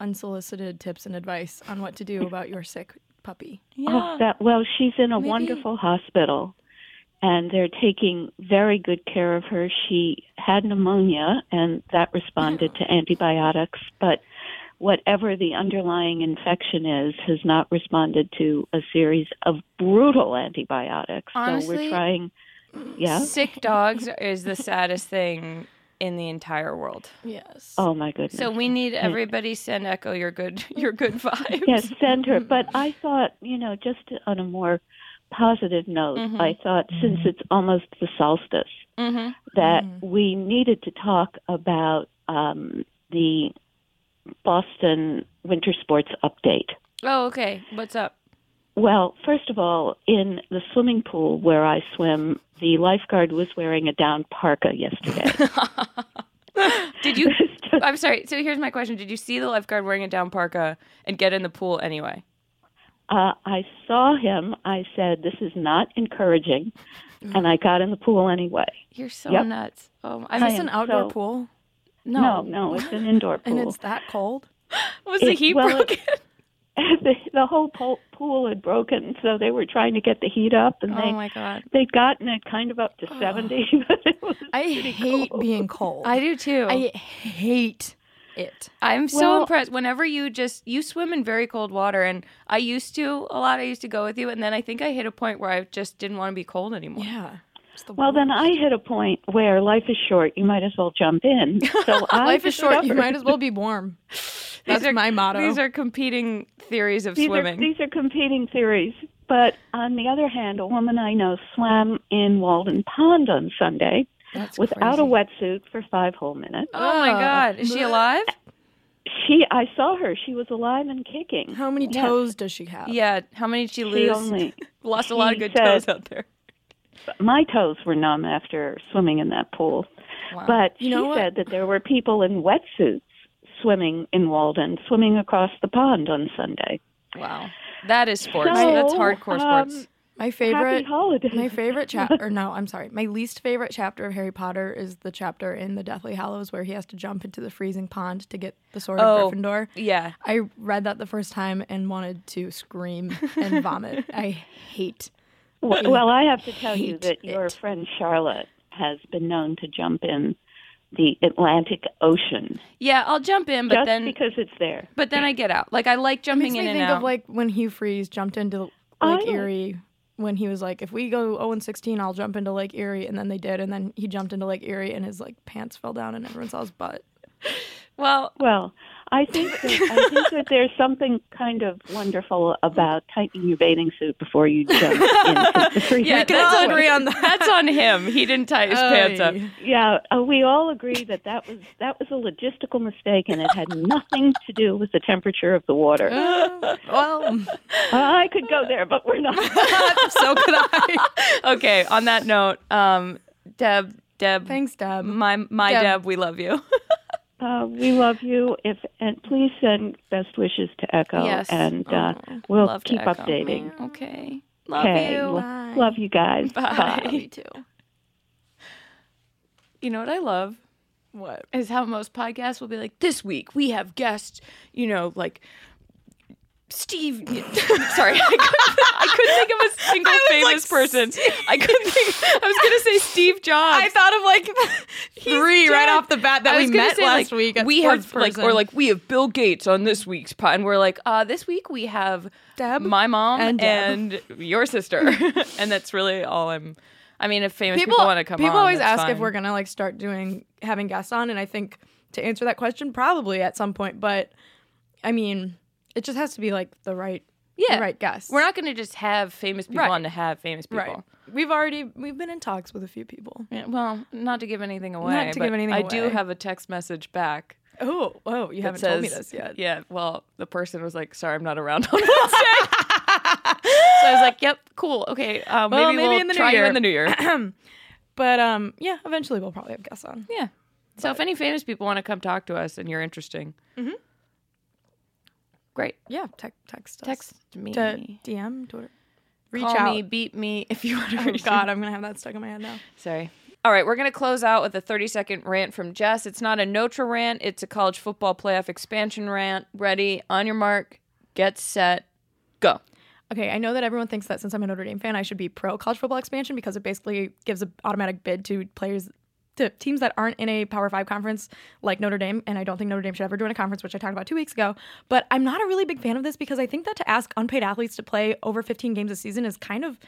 unsolicited tips and advice on what to do about your sick puppy.
Oh, that, well, she's in a
Maybe-
wonderful hospital, and they're taking very good care of her. She had pneumonia, and that responded to antibiotics, but whatever the underlying infection is, has not responded to a series of brutal antibiotics. so
Honestly,
we're trying. Yeah.
Sick dogs is the saddest thing in the entire world.
Yes.
Oh my goodness.
So we need everybody send Echo your good your good vibes.
yes, send her. But I thought, you know, just on a more positive note,
Mm-hmm.
I thought since it's almost the solstice,
Mhm.
that
Mm.
we needed to talk about um, the Boston winter sports update.
Oh, okay. What's up?
Well, first of all, in the swimming pool where I swim, the lifeguard was wearing a down parka yesterday.
Did you? I'm sorry. So here's my question: Did you see the lifeguard wearing a down parka and get in the pool anyway?
Uh, I saw him. I said, "This is not encouraging,"
Mm.
and I got in the pool anyway.
You're so
Yep.
nuts. Oh,
Is
I
this
mean,
an
am
outdoor
so-
pool?
no.
no, no, it's an indoor pool.
And it's that cold?
Was
It-
the heat
well, it-
broken?
the, the whole po- pool had broken, so they were trying to get the heat up, and
oh
they
my god.
they'd gotten it kind of up to seventy. But it was
I hate
cold.
being cold.
I do too.
I hate it.
I'm so
Well-
impressed. Whenever you just you swim in very cold water, and I used to a lot. I used to go with you, and then I think I hit a point where I just didn't want to be cold anymore.
Yeah. It's the
well, then I hit a point where life is short. You might as well jump in. So I
Life is short. You
discovered-
might as well be warm. That's
are-
my motto.
These are competing theories of
these
swimming.
Are, these are competing theories. But on the other hand, a woman I know swam in Walden Pond on Sunday
That's
without
crazy.
a wetsuit for five whole minutes.
Oh my
Oh.
god, is she alive?
She, I saw her. She was alive and kicking.
How many
Yeah.
toes does she have?
Yeah. How many did she
She
lose?
only
Lost a lot of
she
good
said-
toes out there.
my toes were numb after swimming in that pool.
Wow.
But
You know
she
what?
said that there were people in wetsuits swimming in Walden, swimming across the pond on Sunday.
Wow. That is sports.
So,
That's hardcore
um,
sports.
My
Happy
favorite
holidays.
my favorite chapter or no, I'm sorry. My least favorite chapter of Harry Potter is the chapter in the Deathly Hallows where he has to jump into the freezing pond to get the sword
Oh.
of Gryffindor.
Yeah.
I read that the first time and wanted to scream and vomit. I hate.
Well, well, I have to tell you
hate
that your
it.
friend Charlotte has been known to jump in the Atlantic Ocean
Yeah. I'll jump in, but
just
then
because it's there.
but then I get out. Like I like
It makes
jumping
me
in and
think
out. Oh.
of like when Hugh Freeze jumped into
I
Lake
know.
Erie when he was like, if we go 0 and 16, I'll jump into Lake Erie. And then they did. And then he jumped into Lake Erie and his like pants fell down and everyone saw his butt.
well,
Well, I think that, I think that there's something kind of wonderful about tightening your bathing suit before you jump into the freezing
yeah. That's
all
on,
agree on that.
that's on him. He didn't tie his pants up.
Oy.
Yeah, uh, we all agree that that was that was a logistical mistake, and it had nothing to do with the temperature of the water.
Uh, well,
I could go there, but we're not.
so could I.
okay. On that note, um, Deb, Deb,
Thanks, Deb.
my my
Deb.
Deb. we love you.
Uh, we love you. If and please send best wishes to Echo,
Yes.
and uh,
Oh,
we'll
love to
keep
echo.
updating.
Okay. Love
okay,
you.
lo- love you guys.
Bye.
Me too.
You know what I love
What?
is how most podcasts will be like, this week we have guests, you know, like Steve. Sorry, I couldn't, I couldn't think of a single famous person. I couldn't think. I was going to say Steve Jobs.
I thought of like three right off the bat that
I
we
was gonna
met
say,
last
like,
week. At
we
Sports
have like, or
Person.
like we have Bill Gates on this week's pod, and we're like, uh, this week we have
Deb
my mom,
and
and,
Deb.
your sister, and that's really all I'm. I mean, if famous people,
people,
want to come,
people
on,
always
that's
ask if
fine.
we're gonna like start doing having guests on, and I think to answer that question, probably at some point. But I mean, it just has to be like the right,
yeah,
the right guest.
We're not going to just have famous people
Right.
on to have famous people.
right. We've already we've been in talks with a few people.
Yeah, well, not to give anything away.
Not to
but
give anything
I do
away.
have a text message back.
Oh, oh, you haven't
that
told me
says-
this yet.
Yeah. Well, the person was like, "Sorry, I'm not around on Wednesday." so I was like, "Yep, cool, okay. Um,
Well,
maybe,
maybe
we'll
in the new
try you
year."
in the new year."
But um, yeah, eventually we'll probably have guests on.
Yeah. So if any famous people want to come talk to us and you're interesting, great.
Yeah, tec- text us.
Text me.
to DM Twitter. Reach
Call
out.
me, beat me if you want to
Oh
reach
God, I'm gonna have that stuck in my head now.
Sorry. All right, we're going to close out with a 30 second rant from Jess. It's not a Notre rant, it's a college football playoff expansion rant. Ready, on your mark, get set, go.
Okay, I know that everyone thinks that since I'm a Notre Dame fan, I should be pro college football expansion because it basically gives an automatic bid to players to teams that aren't in a Power Five conference like Notre Dame, and I don't think Notre Dame should ever join a conference, which I talked about two weeks ago. But I'm not a really big fan of this because I think that to ask unpaid athletes to play over 15 games a season is kind of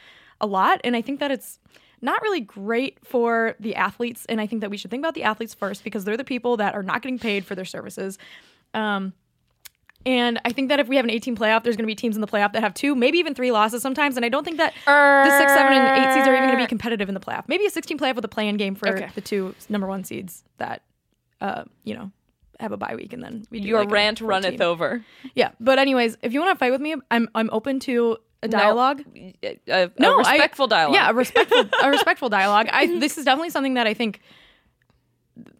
a lot, and I think that it's not really great for the athletes, and I think that we should think about the athletes first because they're the people that are not getting paid for their services. Um, and I think that if we have an 18 playoff, there's going to be teams in the playoff that have two, maybe even three losses sometimes. And I don't think that the six, seven, and eight seeds are even going to be competitive in the playoff. Maybe a 16 playoff with a play-in game for
Uh. Okay.
the two number one seeds that, uh, you know, have a bye week, and then we do
Your
like a
rant
full
runneth
team.
over.
Yeah, but anyways, if you want to fight with me, I'm I'm open to a
No.
dialogue.
A, a
I-
respectful dialogue.
Yeah, a respectful a respectful dialogue. I this is definitely something that I think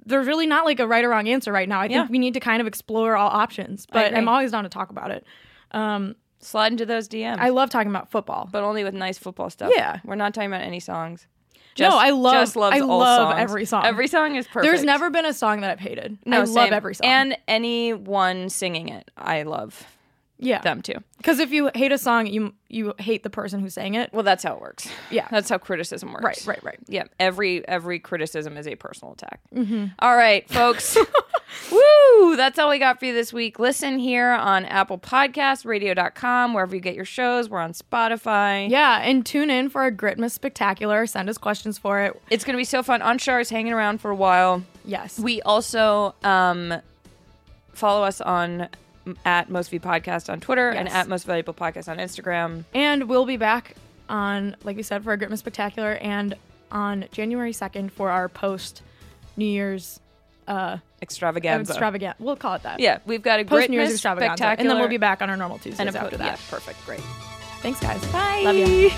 there's really not like a right or wrong answer right now. I think
Yeah.
we need to kind of explore all options, but
agree.
I'm always down to talk about it. Um,
Slide into those DMs.
I love talking about football.
but only with nice football stuff.
Yeah.
We're not talking about any songs. Just,
no, I love.
just loves
I
all
love
songs.
every song.
Every song is perfect.
There's never been a song that I've hated.
no,
I love
same.
every song.
and anyone singing it. I love
yeah,
them too.
because if you hate a song, you you hate the person who sang it.
Well, that's how it works.
Yeah.
that's how criticism works.
Right, right, right.
Yeah, every every criticism is a personal attack.
Mm-hmm.
All right, folks. Woo! That's all we got for you this week. Listen here on Apple Podcasts, radio.com, wherever you get your shows. We're on Spotify.
Yeah, and tune in for our Gritmas Spectacular. Send us questions for it.
It's going to be so fun. Onshar is hanging around for a while.
Yes.
We also um, follow us on m- at Most View Podcast on Twitter and
Yes.
at Most Valuable Podcast on Instagram.
and we'll be back on, like we said, for our Gritmas Spectacular and on January 2nd for our post New Year's uh,
Extravaganza.
extravaganza. We'll call it that.
yeah, we've got a
Post
great
New Year's extravaganza.
spectacular.
And then we'll be back on our normal Tuesdays
and a po-
after that.
yeah, perfect. Great.
Thanks, guys.
Bye.
Love you.